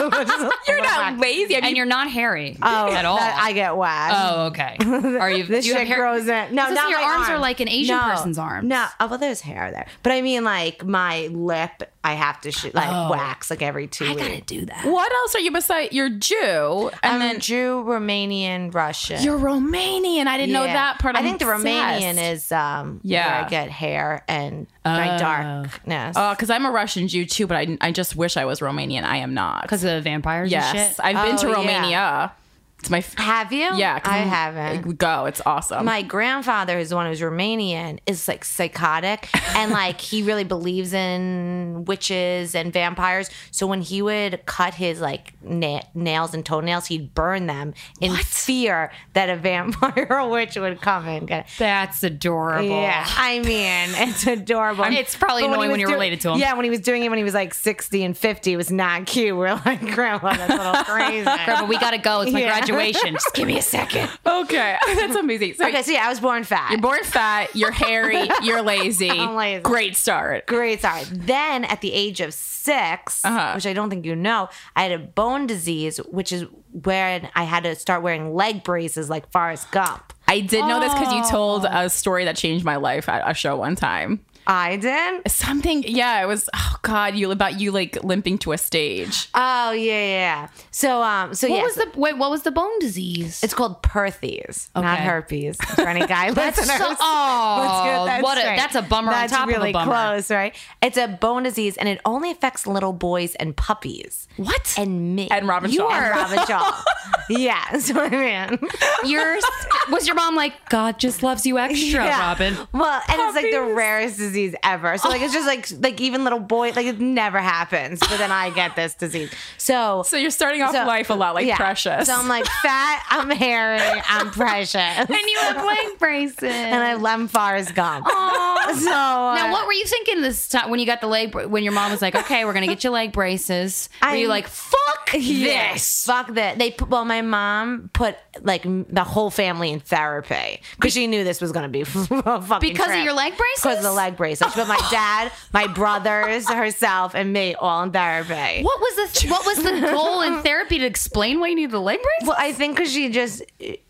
You're
Not lazy. I mean,
And you're not hairy
oh,
at all.
that- I get whacked.
oh, okay. Are you?
This
you have
shit
hair-
grows in. No,
So
not
your
my
arms
arm.
are like an Asian
No,
person's arms.
No, oh, well, there's hair there, but I mean, like my lip, I have to shoot like wax like every two
Oh. I
weeks.
gotta do that.
what else are you besides? You're Jew, and
I'm
then
Jew, Romanian, Russian.
you're Romanian. I didn't know
Yeah.
that part.
I
I'm
think the
obsessed.
Romanian is um
Yeah.
where I get hair and my darkness.
Oh, because I'm a Russian Jew too, but I, I just wish I was Romanian. I am not.
Because of vampires and
yes,
shit.
I've been
Oh,
to
yeah.
Romania. It's my f-
have you?
yeah. 'cause
I
I'm-
haven't.
Go, it's awesome.
my grandfather who's the one who's romanian is like psychotic and like he really believes in witches and vampires so when he would cut his like na- nails and toenails he'd burn them in fear that a vampire or witch would come and get
That's adorable.
yeah, I mean, it's adorable.
It's probably
But when
annoying
he
when
was
you're
do-
related to him.
Yeah, when he was doing it when he was like 60 and 50, it was not cute. We are like, Grandma, that's a little crazy.
But we gotta go. It's my
Yeah.
graduation. Just give me a second.
okay, that's amazing. So
okay, so yeah, I was born fat.
you're born fat, you're hairy, you're lazy.
I'm lazy.
Great start.
Great, sorry. Then at the age of 6
Uh-huh.
which I don't think you know, I had a bone disease, which is when I had to start wearing leg braces like Forrest Gump.
I did know this because you told a story that changed my life at a show one time.
I did.
Something, yeah, it was. Oh God, you about you like limping to a stage.
Oh yeah, yeah, yeah. So um, so
What
yes,
was the wait? What was the bone disease?
it's called perthes, not
Okay.
herpes. For any guy
That's so,
listeners. Let's get
oh,
that
what a,
straight.
that's a bummer
That's
on top
really
of a bummer.
close, right? It's a bone disease, and it only affects little boys and puppies.
What?
And me
And Robin
you
Shaw.
are Robin Shaw. yeah, so I mean,
Yours was your mom like God just loves you extra,
Yeah.
Robin.
Well, and it's like the rarest disease ever. So like it's just like like even little boy like it never happens. But then I get this disease. So
So you're starting off
so-
life a lot like
yeah.
Precious.
So I'm like fat. I'm hairy. I'm precious. and
And you have leg braces.
I love Forrest Gump. So uh,
now, what were you thinking this time when you got the leg? bra- When your mom was like, "Okay, we're gonna get you leg braces," were you
I'm-
like, "Fuck
Yeah,
this"?
Fuck that. They put, well, my mom put like m- the whole family in therapy because she knew this was going to be a fucking
Because of
trip.
your leg braces?
Because of the leg braces. But my dad, my brothers, herself, and me all in therapy.
What was the What was the goal in therapy to explain why you need the leg braces?
Well, I think because she just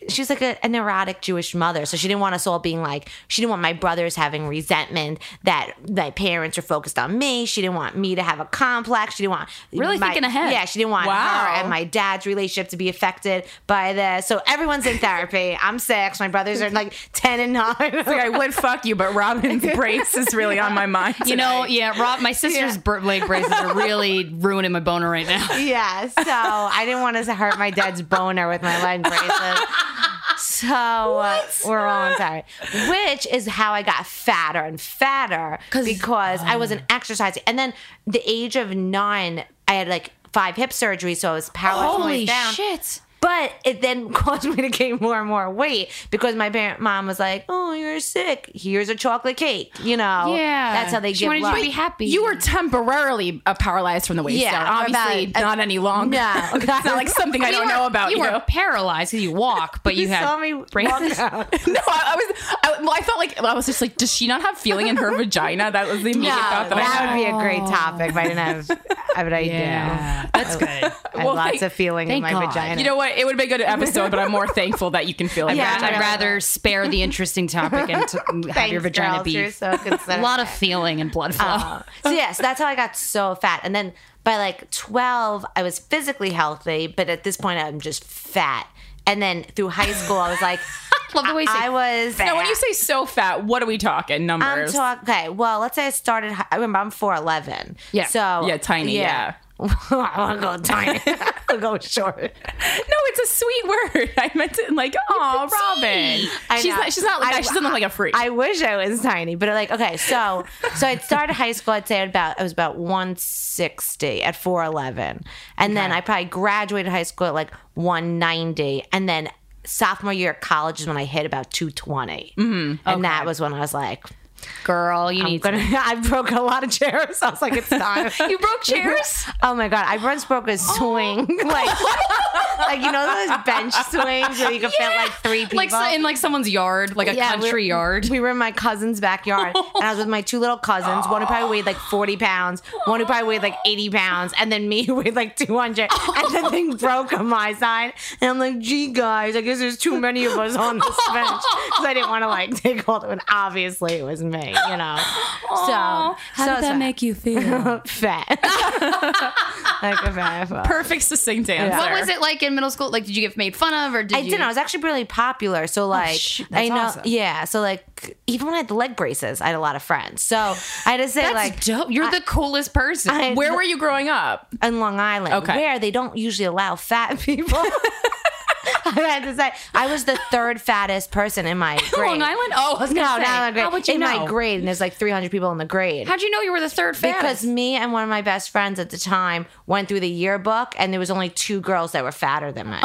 she's like a, an erratic Jewish mother, so she didn't want us all being like she didn't want my brothers having resentment that my parents are focused on me. She didn't want me to have a complex. She didn't want
Really
my-
thinking ahead.
Yeah, she didn't want
Wow.
her and my dad's relationship to be affected by this. So everyone's in therapy. I'm six. My brothers are like ten and nine.
like I would fuck you, but Robin's brace is really on my mind.
you know, yeah, Rob, my sister's
Yeah.
br- leg braces are really ruining my boner right now.
yeah, so I didn't want to hurt my dad's boner with my leg braces. So uh, we're all in therapy, which is how I got fatter and fatter because I wasn't
Oh.
exercising. And then the age of nine, I had like five hip surgeries, so I was powerless all the way
Holy
down.
shit!
But it then caused me to gain more and more weight because my parent mom was like, "Oh, you're sick. Here's a chocolate cake." You know,
Yeah.
that's how they
She
give
wanted you to
love.
be happy.
You were temporarily uh, paralyzed from the waist
Yeah,
down. Obviously,
about-
not any longer.
No.
it's not like something I
You
don't
were-
know about. You,
You, were
know?
paralyzed because you walk, but you,
You
had
saw me walk
braces.
out.
no, I, I was. I, well, I felt like I was just like, does she not have feeling in her vagina? That was the immediate
No,
thought that, I
that
had.
would be a great topic if I didn't have, but I
Yeah,
do.
that's good.
I have
Well,
lots
thank-
of feeling in
thank
my
God.
vagina.
you know what? It would have been a good episode, but I'm more thankful that you can feel it.
Yeah.
I'd rather spare the interesting topic and t- have
Thanks,
your vagina
girls, you're
be
so
a
considerate.
lot of feeling and blood flow.
Uh, so yeah, so that's how I got so fat. And then by like twelve, I was physically healthy, but at this point, I'm just fat. And then through high school, I was like,
Love the way you say
I was.
Now, when you say so fat, what are we talking?
I'm
Numbers.
talking. Okay, well, let's say I started. hi- I remember I'm four eleven.
Yeah.
So
Yeah, tiny,
I want to go tiny. I'll go short.
no, it's a sweet word. I meant it like, oh, Robin.
I
She's
know.
not, she's not like
I-
that. She doesn't look like a freak.
I wish I was tiny, but like okay, so so I started high school. I'd say at about I was about one sixty at four eleven, and then I probably graduated high school at like one ninety, and then sophomore year at college is when I hit about two
Mm-hmm.
and that was when I was like,
girl, you
I'm
need
gonna. I broke a lot of chairs. I was like, it's time.
You broke chairs?
oh my god, I once broke a swing,
Oh.
like like you know those bench swings where you can fit like three people.
like so- in like someone's yard, like a
Yeah, we-
country yard.
We were in my cousin's backyard, and I was with my two little cousins. One who probably weighed like forty pounds, one who probably weighed like eighty pounds, and then me who weighed like two hundred. And the thing broke on my side, and I'm like, "Gee, guys, I guess there's too many of us on this bench," because I didn't want to like take hold of it. Obviously, it was me, you know. so how so did that make you feel? fat, like a fat. fuck.
Perfect succinct answer.
what was it like in middle school? Like, did you get made fun of, or did
I
you?
didn't. I was actually really popular. So like,
shoot, that's
I know,
awesome.
yeah. So like, even when I had the leg braces, I had a lot of friends. So I had to say
That's
like,
dope. You're the coolest person.
I-
Where were you growing up?
in Long Island,
Okay.
where they don't usually allow fat people. I had to say, I was the third fattest person in my grade.
Long Island. Oh, I was
No,
gonna
not
say.
in my grade.
How would you
in
know?
my grade, and there's like 300 people in the grade.
How'd you know you were the third fattest?
because me and one of my best friends at the time went through the yearbook, and there was only two girls that were fatter than me,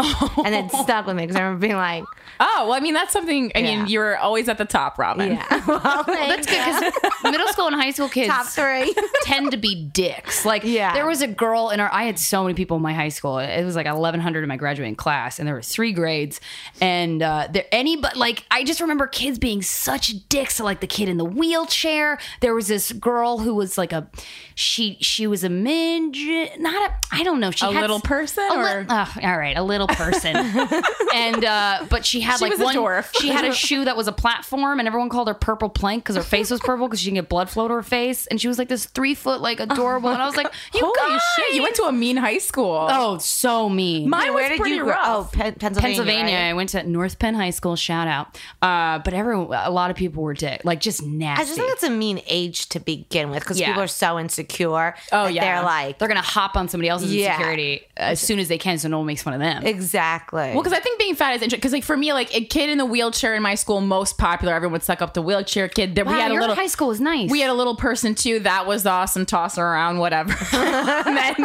and it stuck with me because I remember being like,
Oh, well, I mean, that's something. I
Yeah.
mean, you're always at the top, Robin.
"Yeah, well,
that's good because middle school and high school kids
top three.
tend to be dicks. Like,
Yeah.
there was a girl in our. I had so many people in my high school. It was like 1,100 in my graduating class, and there were three grades. And uh, there, any but like, I just remember kids being such dicks. So, like the kid in the wheelchair. There was this girl who was like a, she she was a midget, not a. I don't know. She
A
had
little
s-
person
a
or-
oh, all right, a little person. and uh, but she had
She
like
was a
one.
dwarf.
She had a shoe that was a platform, and everyone called her Purple Plank because her face was purple because she didn't get blood flow to her face, and she was like this three foot like adorable, and I was like, you
Holy
guys.
shit! You went to a mean high school.
Oh, so mean.
mine was
Where did
pretty
you grow?
rough.
Oh, Pen- Pennsylvania.
Pennsylvania.
right?
I went to North Penn High School. Shout out. Uh, but everyone, a lot of people were dick, like just nasty.
I just think that's a mean age to begin with because
Yeah.
people are so insecure.
Oh,
that
yeah.
they're like
They're gonna hop on somebody else's
Yeah.
insecurity as soon as they can, so no one makes fun of them.
exactly.
Well, because I think being fat is interesting. Because like for me, like a kid in the wheelchair in my school, most popular. Everyone would suck up the wheelchair kid. That we
Wow,
had a
your
little
high school was nice.
We had a little person too. That was awesome. Tossing around, whatever. and then,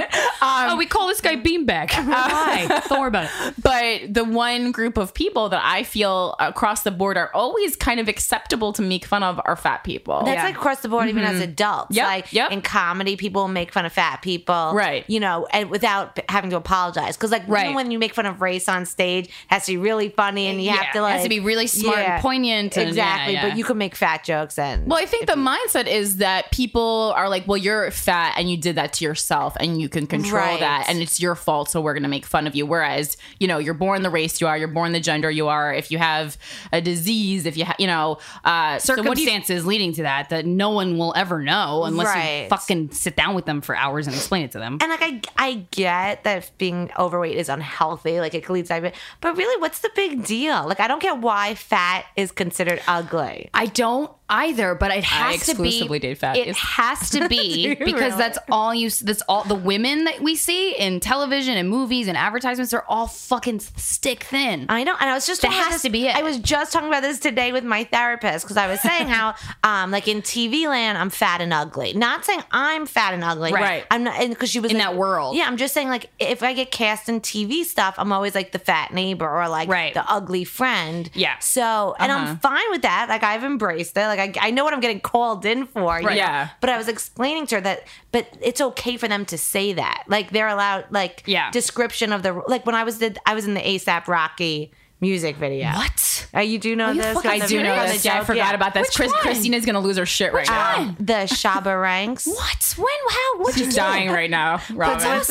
um,
oh, we call this guy Beanbag. Hi, don't worry about it.
but the one group of people that I feel across the board are always kind of acceptable to make fun of are fat people.
that's like across the board, even
Mm-hmm.
as adults.
Yep,
Like
yep.
in comedy, people make fun of fat people,
Right.
You know, and without b- having to apologize, because like
Right.
even when you make fun of race on stage, it has to be really funny, and you
Yeah,
have to
it
like
has to be really smart and poignant and- yeah,
exactly.
yeah.
But you can make fat jokes and
Well, I think the mindset is that people are like, well, you're fat and you did that to yourself and you can control
Right.
that and it's your fault. So we're going to make fun of you. Whereas, you know, you're born the race you are, you're born the gender you are. If you have a disease, if you have, you know, uh, so what do you-
circumstances leading to that that no one will ever know unless you
Right.
fucking sit down with them for hours and explain it to them.
and like I, I get that if being overweight is unhealthy, like it leads to but really, what's the big deal? Like I don't get why fat is considered ugly.
I don't either, but it has
exclusively
to be
date fat.
It
Yes.
has to be because
really?
that's all you. That's all the women that we see in television and movies and advertisements are all fucking stick thin.
I know, and I was just
That
talking about
has
this-
to be it.
I was just talking about this today with my therapist because I was saying how, um, like in TV land, I'm fat and ugly. Not saying I'm fat and ugly,
Right.
I'm not, because she was
In
like-
that world.
Yeah, I'm just saying like if I get cast in TV stuff, I'm always like the fat neighbor or like
Right. Uh-huh.
the ugly friend.
Yeah.
So, and I'm fine with that. Like I've embraced it. Like I, I know what I'm getting called in for. you
Right.
know?
Yeah.
But I was explaining to her that, but it's okay for them to say that. Like they're allowed. Like
Yeah.
description of the like when I was the I was in the ASAP Rocky music video.
What?
Uh, you do know
you
this?
fucking
I do know
Serious?
this. Yeah, I forgot about this.
Which
Chris,
one?
Christina's going to lose her shit right now.
Um, the Shaba Ranks.
What? When? How? What?
She's dying right now,
But
Robin.
what's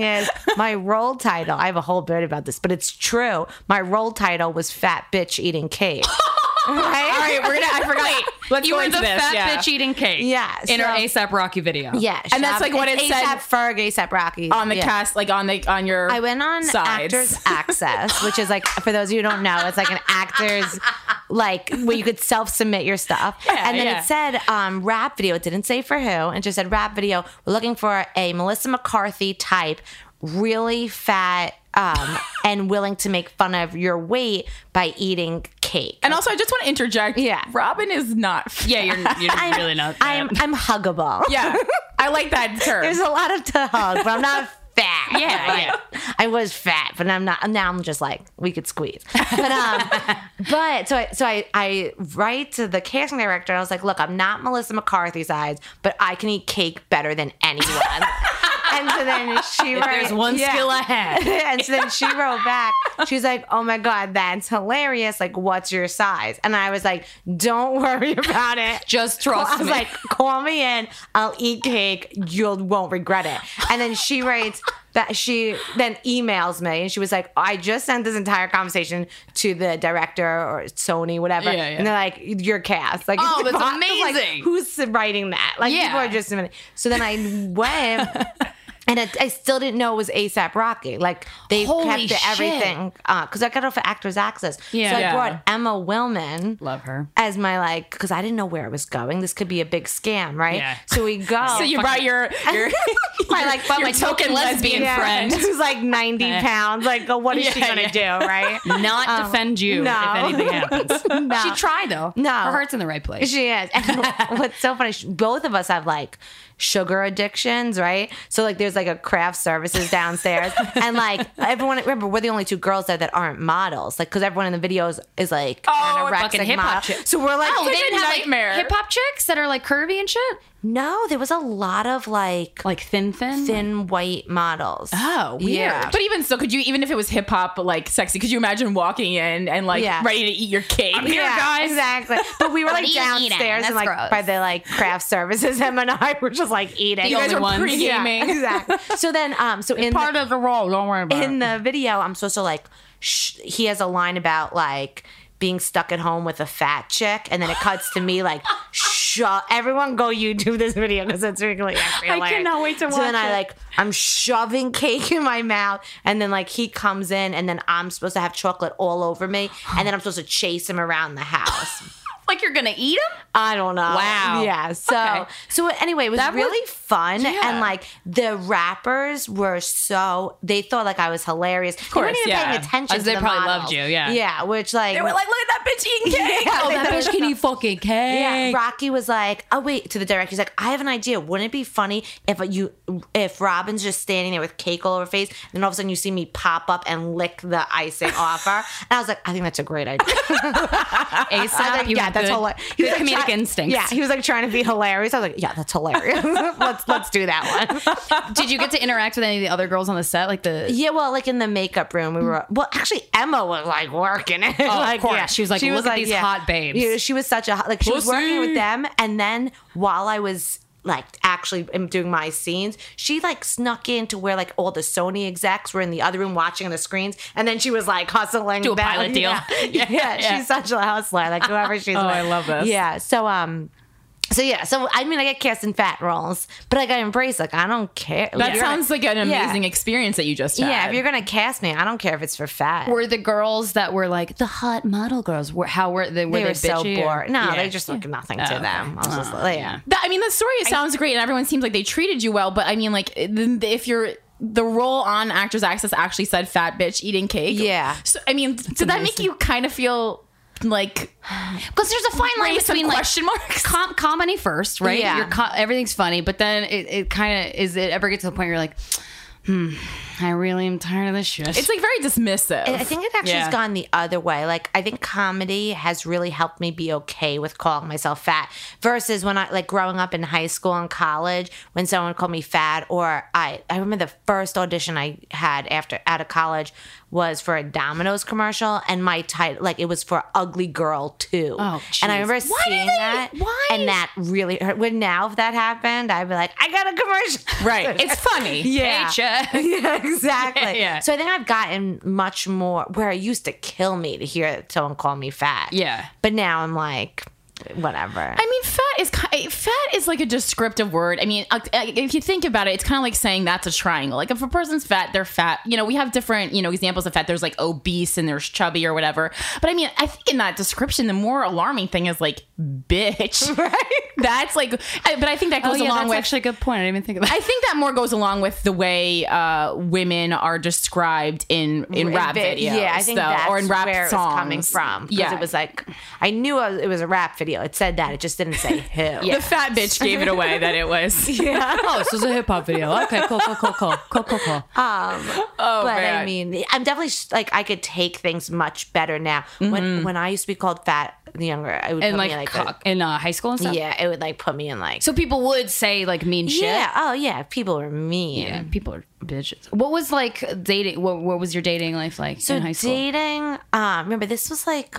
is my role title. I have a whole bit about this, but it's true. My role title was "Fat Bitch Eating Cake."
All right, we're gonna. I forgot. Let's
you
go
were
into
the
this.
fat
yeah.
bitch eating cake.
Yeah,
in her
so-
ASAP Rocky video.
Yeah,
And that's, like, what it
ASAP
said-
Ferg, ASAP Rocky
on the
Yeah.
cast, like on the on your.
I went on
sides.
Actors Access, which is like for those of you who don't know, it's like an actors like where you could self submit your stuff.
Yeah,
and then
yeah.
it said um, rap video. It didn't say for who, and just said rap video. We're looking for a Melissa McCarthy type, really fat um, and willing to make fun of your weight by eating cake.
And also, I just want to interject.
Yeah.
Robin is not. fat.
yeah, you're, you're really not. That.
I'm I'm huggable.
yeah. I like that term.
There's a lot of to hug, but I'm not fat.
Yeah,
yeah. I was fat, but I'm not. Now I'm just like we could squeeze. But um, but so I so I I write to the casting director. and I was like, look, I'm not Melissa McCarthy size, but I can eat cake better than anyone. and so then she wrote,
There's one
yeah.
skill I have.
and so then she wrote back. She's like, "Oh my god, that's hilarious! Like, what's your size?" And I was like, "Don't worry about it.
Just trust
I was
me.
like, "Call me in. I'll eat cake. You won't regret it." And then she writes that she then emails me, and she was like, "I just sent this entire conversation to the director or Sony, whatever."
Yeah, yeah.
And they're like, "You're cast." Like,
Oh, that's
like,
amazing.
who's writing that? Like,
Yeah.
people are just. So then I went. And I, I still didn't know it was ASAP Rocky. Like they
Holy
kept
shit.
the everything because I got off of Actors Access.
Yeah.
So I
Yeah.
brought Emma Willman
Love her.
as my like because I didn't know where it was going. This could be a big scam, right?
Yeah.
So we go.
Oh,
so you brought your your,
my like but
your token lesbian friend.
who's like ninety pounds. Like, oh, what is she
Yeah,
gonna do, right?
Not defend you
Um, no.
if anything happens.
No.
She tried though.
No.
her heart's in the right place.
She is. And what's so funny, sh- both of us have like sugar addictions, right? So like there's like a craft services downstairs. and like everyone remember, we're the only two girls there that aren't models. Like cause everyone in the videos is like
Oh,
anorexic
fucking hip-hop
model.
chick.
So we're like,
Oh,
Such
they
a
didn't have, like,
nightmare.
Hip hop chicks that are like curvy and shit,
no, there was a lot of like
like thin, thin,
thin white models.
Oh, weird.
Yeah.
But even so, could you even if it was hip hop like sexy? Could you imagine walking in and like
Yeah.
ready to eat your cake?
here.
yeah,
guys.
exactly. But we were like
you eating?
downstairs
That's
and like
gross.
by the like craft services. Em and I were just like eating.
You guys
only
were
ones.
pre gaming.
exactly. So then, um, so in the,
of the role. Don't worry about
in the video, I'm supposed to like. Sh- he has a line about like being stuck at home with a fat chick, and then it cuts to me like, shut everyone go YouTube this video because it's really actually
I
hilarious."
cannot wait to
So
watch
then I
it.
like I'm shoving cake in my mouth, and then like he comes in, and then I'm supposed to have chocolate all over me, and then I'm supposed to chase him around the house.
like you're gonna eat them?
I don't know.
Wow.
Yeah. So
Okay.
so anyway, it was
That was-
really fun,
Yeah.
and like the rappers were so they thought like I was hilarious. Of
course,
they weren't even
yeah.
paying attention.
As
to
they
the
probably
models.
loved you, yeah.
Yeah, which like
They were like, look at that bitch eating cake.
Yeah,
Oh,
they
that
that
thought it
bitch can eat fucking cake.
yeah, Rocky was like, "Oh wait," to the director. He's like, "I have an idea. Wouldn't it be funny if uh, you, if Robin's just standing there with cake all over her face, and then all of a sudden you see me pop up and lick the icing off her?" And I was like, "I think that's a great idea." I was
ASAP.
like,
You
yeah,
have
that's
good,
hilarious.
good comedic instincts.
Yeah, he was like trying to be hilarious. I was like, yeah, that's hilarious. let's let's do that one.
Did you get to interact with any of the other girls on the set? Like the
Yeah, well, like in the makeup room, we were. Well, actually, Emma was like working it. Oh, like,
course.
yeah.
She was like, "Look at these hot babes."
Yeah, she was such a hot- like. She was working with them, and then while I was like actually am doing my scenes, she like snuck in to where like all the Sony execs were in the other room watching on the screens, and then she was like hustling
Do a
back.
pilot deal.
Yeah, yeah, she's such a hustler. Like whoever she's.
Oh,
with.
I love this.
Yeah. So um. So yeah, so I mean, I get cast in fat roles, but like I embrace, like I don't care.
That
You're gonna-
sounds like an
Yeah.
amazing experience that you just had.
yeah, if you're gonna cast me, I don't care if it's for fat.
were the girls that were like the hot model girls. Were, how were they? Were
they
they,
were so
bitchy or-
bored. No,
Yeah. Oh,
they just look nothing to them. I was
Uh,
just like, yeah.
That- I mean, the story sounds great, and everyone seems like they treated you well. But I mean, like, the- the- if you're the role on Actors Access actually said "fat bitch eating cake."
Yeah.
So I mean, did that make you kind of feel like
because there's a fine line
raise some
between like
question marks?
com- comedy first, right?
Yeah.
You're co- everything's funny, but then it, it kind of is. It ever gets to the point where you're like, hmm, I really am tired of this shit.
It's like very dismissive.
I think it actually
Yeah.
has gone the other way. Like I think comedy has really helped me be okay with calling myself fat versus when I like growing up in high school and college when someone called me fat or I I remember the first audition I had after out of college was for a Domino's commercial and my title like it was for Ugly Girl 2.
Oh,
and I
jeez.
remember
Why do
seeing
they-
that
why?
and that really hurt. When now if that happened, I'd be like, I got a commercial.
right. It's funny.
Yeah.
Paycheck.
exactly.
Yeah.
So I think I've gotten much more where it used to kill me to hear someone call me fat.
Yeah.
But now I'm like, whatever.
I mean, fat is ki- eh, fat is like a descriptive word. I mean, uh, if you think about it, it's kind of like saying that's a triangle. Like if a person's fat, they're fat. You know, we have different you know examples of fat. There's like obese and there's chubby or whatever. But I mean, I think in that description, the more alarming thing is like bitch. Right. That's like, I, but I think that
Oh,
goes along with
oh, a good point. I didn't even think of
I think that more goes along with the way uh, women are described in in rap
vi-
videos,
Yeah, I think
though,
that's
or in rap
where
songs.
it was coming from. Because
Yeah,
it was like, I knew I was- it was a rap video. It said that. It just didn't say who.
the fat bitch gave it away that it was.
oh, this was a hip hop video. Okay, cool, cool, cool, cool, cool, cool, cool.
Oh
but I
man.
mean, I'm definitely s- like I could take things much better now. When when I used to be called fat, the younger, I
Mm-hmm.
would
And,
put
like,
me in like
cock.
In uh, high school and
a-
stuff.
yeah, it would like put me in like
So people would say like mean shit.
yeah, oh yeah, people are mean.
Yeah, people are bitches. What was like dating? What, what was your dating life like
So
in high school?
dating, uh, remember this was like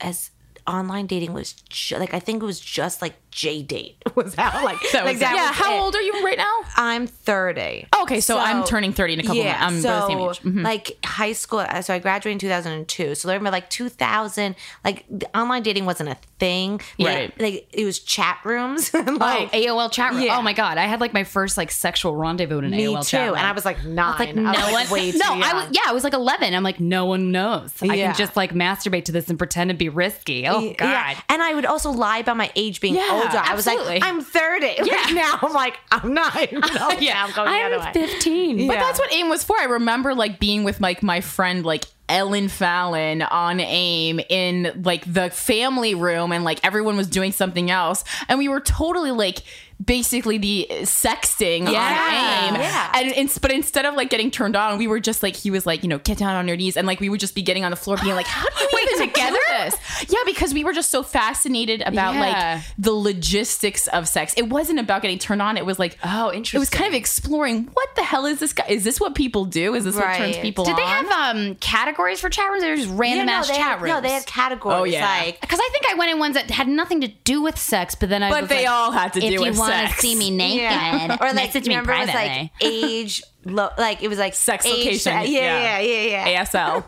as online dating was ju- like I think it was just like J date was how like
That
like
was
that
it. yeah.
was
how
it.
old are you right now?
I'm 30.
Okay, so, I'm turning 30 in a couple
yeah,
months. I'm
so
we're the same age. Mhm.
like high school. uh, So I graduated in 2002. So I remember like 2000, like the online dating wasn't a thing. Like-
Right.
Like it was chat rooms. and,
Oh,
like,
AOL chat room.
Yeah.
Oh my god, I had like my first like sexual rendezvous in an
me
AOL
too.
chat room.
And I was like nine.
like
I
no
was, like,
one.
way too
no, I
young.
was. Yeah, I was like eleven. I'm like no one knows. I
Yeah.
can just like masturbate to this and pretend to be risky. Oh god.
Yeah. And I would also lie about my age being
Yeah,
older. I was
absolutely.
like, I'm 30. Right now I'm like, I'm nine. No, yeah, I'm going the other
I'm
way.
15.
But
Yeah.
that's what AIM was for. I remember like being with like my friend like Ellen Fallon on AIM in like the family room and like everyone was doing something else and we were totally like basically the sexting
Yeah.
on AIM.
Yeah.
And it's but instead of like getting turned on, we were just like he was like, you know, get down on your knees and like we would just be getting on the floor being like, How do you even together? this? Yeah, because we were just so fascinated about
Yeah.
like the logistics of sex. It wasn't about getting turned on, it was like
Oh,
it was kind of exploring what the hell is this guy? Is this what people do? Is this what turns
Right.
people
Did
on?
they have um categories for chat rooms? Or just random
Yeah, no,
ass
they
chat
had,
rooms.
No, they had categories.
Oh, yeah.
Like,
Because I think I went in ones that had nothing to do with sex, but then I.
But
was
they
like,
all had to
if
do with
you wanna
sex.
see me naked,
yeah.
or message me
remember it was
privately.
like age, lo- like it was like
Sex
age,
location.
se- yeah, yeah, yeah, yeah.
ASL.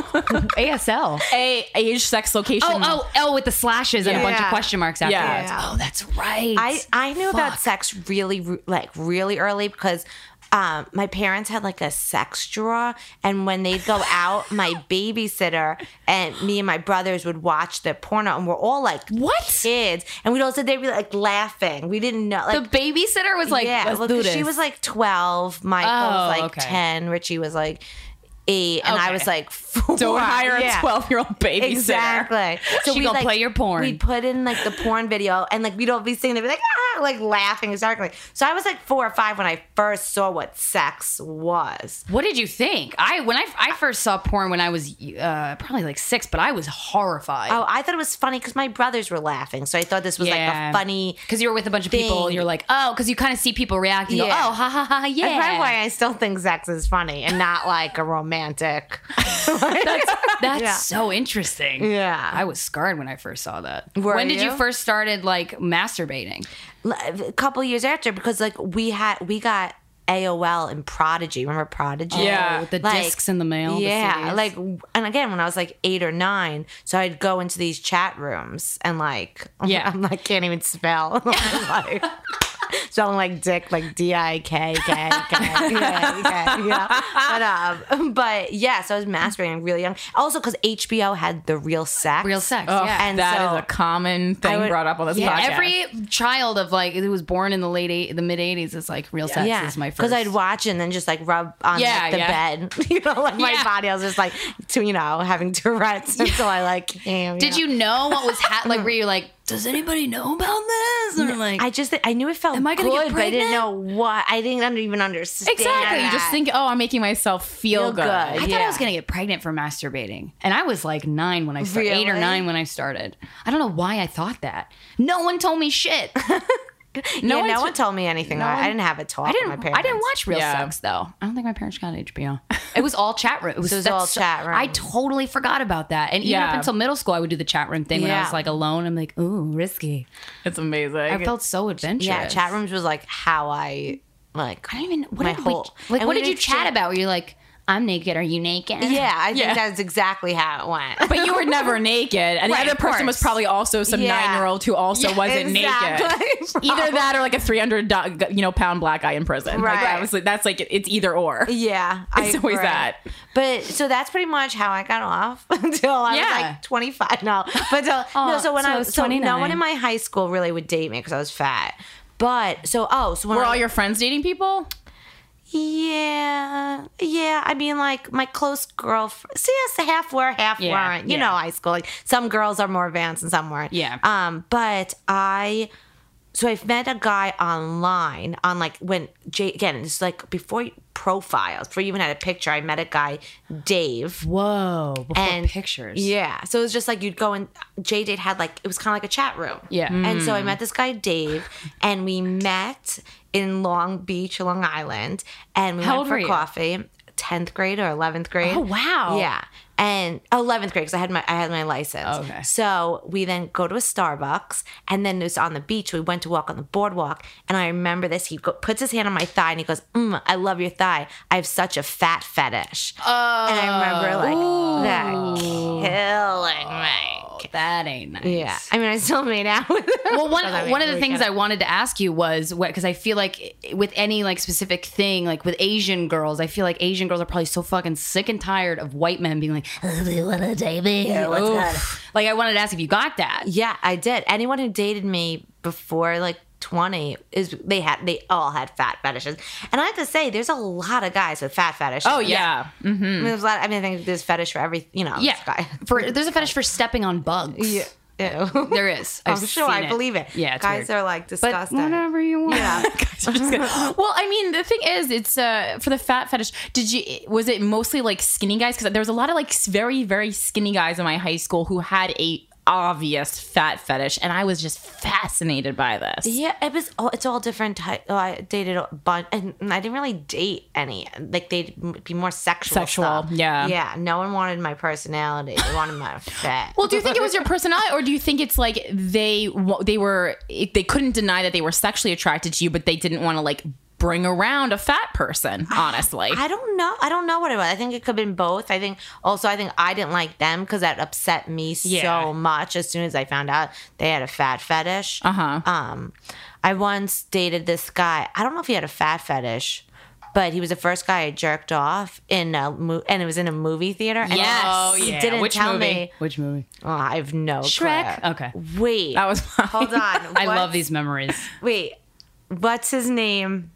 ASL.
A age sex location.
Oh, oh, oh, with the slashes and a bunch of
Yeah.
question marks after.
Yeah.
Yeah. Oh, that's right.
I I knew about sex really r- like really early because um, my parents had like a sex drawer, and when they'd go out, my babysitter and me and my brothers would watch the porno, and we're all like
What?
kids, and we'd all sit there and be like laughing. We didn't know
the
like.
babysitter was like,
yeah,
let's
well,
do
'cause
this.
she was like twelve. Michael
Oh,
was like
okay.
ten. Richie was like eight, and I
Okay.
was like four.
Don't hire a
Yeah.
twelve year old babysitter.
Exactly.
She
we'd,
gonna play your porn.
We'd put in like the porn video and like we'd all be sitting there be like ah like laughing exactly. So I was like four or five when I first saw what sex was.
what did you think? I when I, I first saw porn when I was uh, probably like six, but I was horrified.
Oh, I thought it was funny because my brothers were laughing, so I thought this was
Yeah.
like a funny.
Because you were with a bunch of people,
thing.
you're like, oh, because you kind of see people react. And you go,
Yeah.
oh, ha ha ha, yeah.
That's probably why I still think sex is funny and not like a romantic.
That's
Yeah.
so interesting.
Yeah.
I was scarred when I first saw that.
Were
when did you?
you?
first started like masturbating?
L- a couple years after because like we had we got AOL and Prodigy. Remember Prodigy?
Yeah.
Oh, the
Like,
discs in the mail. the
Yeah,
CDs?
like and again when I was like eight or nine, so I'd go into these chat rooms and like
Yeah.
I'm like can't even spell like spelling like dick like D I K K K K, yeah. But um, but yeah, so I was masturbating really young. Also because HBO had the real sex,
real sex.
Oh,
yeah.
and
that is
so-
a common thing
would-
brought up on this
Yeah,
podcast.
every child of like who was born in the late eight, the mid eighties is like real sex
Yeah,
is my first.
because I'd watch and then just like rub on
Yeah,
like, the
yeah.
bed, you know, like my
Yeah.
body. I was just like, to, you know, having Tourette's until I like came.
Did you know what was ha- like? Were you like, does anybody know about this? Or like,
I just I knew it felt
Am I gonna
good,
get
but I didn't
pregnant?
know what. I didn't under- even understand.
exactly. You just
that.
think, oh, I'm making myself feel,
Feel
good.
I
good.
thought I
yeah.
was gonna get pregnant for masturbating, and I was like nine when I started, eight or
Really?
nine when I started. I don't know why I thought that. No one told me shit.
No,
one
yeah, no
t-
one told me anything. I, I didn't have a talk.
I
With my
didn't.
parents.
I didn't watch Real
Yeah.
Sex though. I don't think my parents got HBO. It was all chat room. It was,
it was
that's
all
so-
chat room.
I totally forgot about that. And even
Yeah.
up until middle school, I would do the chat room thing when I
Yeah.
was like alone. I'm like, ooh, risky.
It's amazing.
I felt so adventurous.
Yeah, chat rooms was like how I Like
I don't even. What
my
did
whole
we, like,
and
what
we
did you chat
exchanged-
about? Were you like, I'm naked. Are you naked?
Yeah, I think
Yeah.
that's exactly how it went.
But you were never naked, and
Right,
the
of
other person was
course.
probably also some
Yeah.
nine-year-old who also wasn't naked.
Exactly.
Either that or like a three hundred you know pound black guy in prison. Like, that
Right.
was like- that's like it's either or.
Yeah,
It's always that.
But so that's pretty much how I got off until I was
Yeah. Oh,
like 25. No, but till, no. So when
so
I
I
was
was
so no
29.
one in my high school really would date me because I was fat. But so oh, so when
Were
I,
all your friends dating people?
yeah yeah I mean like my close girlfriend. See, yes, half were, half
Yeah,
weren't. You
yeah.
know, high school. Like some girls are more advanced and some weren't.
Yeah.
Um, but I. So I've met a guy online on like when Jay again it's like before profiles before you even had a picture I met a guy Dave
Whoa. Before
And-
pictures.
yeah. So it was just like you'd go and J Date had like it was kind of like a chat room.
Yeah.
And so I met this guy Dave, and we met in Long Beach, Long Island, and we
How
went
old
for
were you?
coffee. Tenth grade or eleventh grade?
Oh, wow.
Yeah, and eleventh grade because I had my I had my
Oh,
license.
Okay.
So we then go to a Starbucks, and then it was on the beach. We went to walk on the boardwalk, and I remember this. He go, puts his hand on my thigh, and he goes, mm, "I love your thigh. I have such a fat fetish." Oh, and I remember like
Oh.
that killing me.
That ain't nice.
Yeah, I mean, I still made out with him.
Well, one
Doesn't
one
make
of the
me
things
feel-
I wanted to ask you was what because I feel like with any like specific thing like with Asian girls, I feel like Asian girls are probably so fucking sick and tired of white men being like, "Oh, do you want to date me? Or what's good?" Like I wanted to ask if you got that.
Yeah, I did. Anyone who dated me before like 20 is they had they all had fat fetishes. And I have to say there's a lot of guys with fat fetishes.
Oh yeah.
I mean, there's a lot I mean I think there's fetish for every, you know,
Yeah,
guy.
for there's a fetish for stepping on bugs.
Yeah. Ew.
There is.
I'm
I've
sure
seen
I believe it.
Yeah, it's
guys
weird.
are like
But
disgusting.
whatever you want.
yeah.
Guys are just gonna- well, I mean, the thing is, it's uh for the fat fetish. Did you was it mostly like skinny guys? Because there was a lot of like s- very very skinny guys in my high school who had a obvious fat fetish, and I was just fascinated by this.
Yeah, it was all, it's all different type. Oh, I dated a bunch, and and I didn't really date any. Like they'd m- be more sexual.
Sexual,
stuff.
yeah.
yeah. No one wanted my personality. They wanted my fat.
Well, do you think it was your personality, or do you think it's like they wa- they were they couldn't deny that they were sexually attracted to you, but they didn't want to like bring around a fat person? Honestly,
I don't know. I don't know what it was. I think it could have been both. I think also I think I didn't like them because that upset me
Yeah.
so much as soon as I found out they had a fat fetish.
Uh-huh.
Um, I once dated this guy. I don't know if he had a fat fetish, but he was the first guy I jerked off in a mo- and it was in a movie theater. And
Yes.
Oh,
Yeah.
He didn't
Which
tell
movie?
me.
Which movie?
Oh, I have no
Shrek.
clue.
Okay.
Wait.
that was mine.
Hold on.
I love
What's-
these memories.
Wait. What's his name?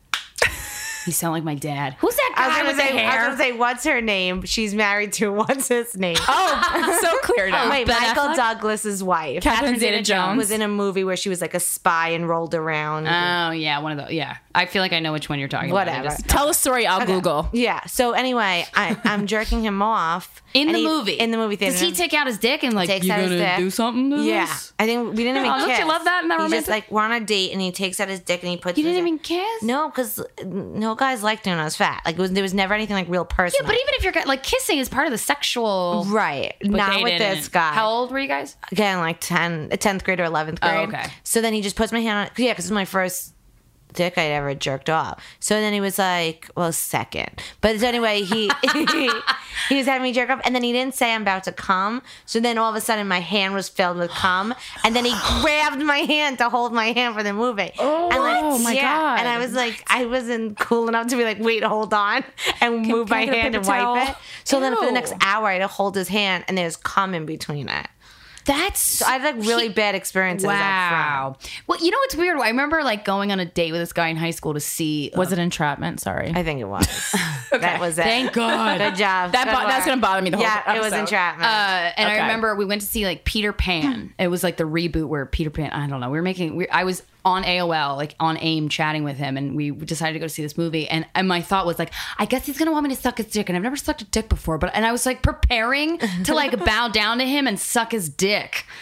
You sound like my dad. Who's that guy
I was gonna
with the
say. I was
hair?
gonna say. What's her name? She's married to. What's his name?
Oh, so clear now.
Wait,
Ben
Michael
Affleck?
Douglas's wife
Catherine Zeta-Jones.
was in a movie where she was like a spy and rolled around.
Oh yeah, one of those. Yeah, I feel like I know which one you're talking about. I
Whatever.
just-
Tell a story. I'll Google.
yeah. So anyway, I, I'm jerking him off
in
and
the
he-
movie.
In the movie theater.
Does he take out his dick and like
Takes
you
out his
gonna
dick.
do something to
Yeah,
this?
I think we didn't even.
Oh, don't you
kiss.
love that in that
He
romantic-
just like we're on a date and he takes out his dick and he puts.
You
his-
didn't even kiss.
No, because no guys liked me when I was fat. Like it was, there was never anything like real
Yeah,
personal.
but even if you're like kissing is part of the sexual.
right, not
they
with
didn't.
this guy.
How old were you guys?
again like 10 10th grade or
Oh,
11th grade
okay.
so then he just puts my hand on yeah because it's my first dick i ever jerked off so then he was like well second but so anyway he he was having me jerk off and then he didn't say i'm about to come so then all of a sudden my hand was filled with cum and then he grabbed my hand to hold my hand for the movie oh, and like,
what? Oh, my God.
and i was like i wasn't cool enough to be like wait hold on and move
can I
my
get a
hand
paper
and
towel?
wipe it so then for the
Ew.
next hour i had to hold his hand and there's cum in between it
That's
so I had like really bad experiences. up front.
wow. Well, you know what's weird? I remember like going on a date with this guy in high school to see. um,
Was it entrapment? Sorry.
I think it was. That was it.
Thank God.
Good job.
That
Good
bo- that's
work.
gonna bother me the whole
Yeah, it was
episode.
entrapment.
Uh, and
Okay.
I remember we went to see like Peter Pan. It was like the reboot where Peter Pan. I don't know. We were making. We, I was on AOL, like on AIM, chatting with him, and we decided to go see this movie. And and my thought was like, I guess he's gonna want me to suck his dick, and I've never sucked a dick before. But and I was like preparing to like bow down to him and suck his dick.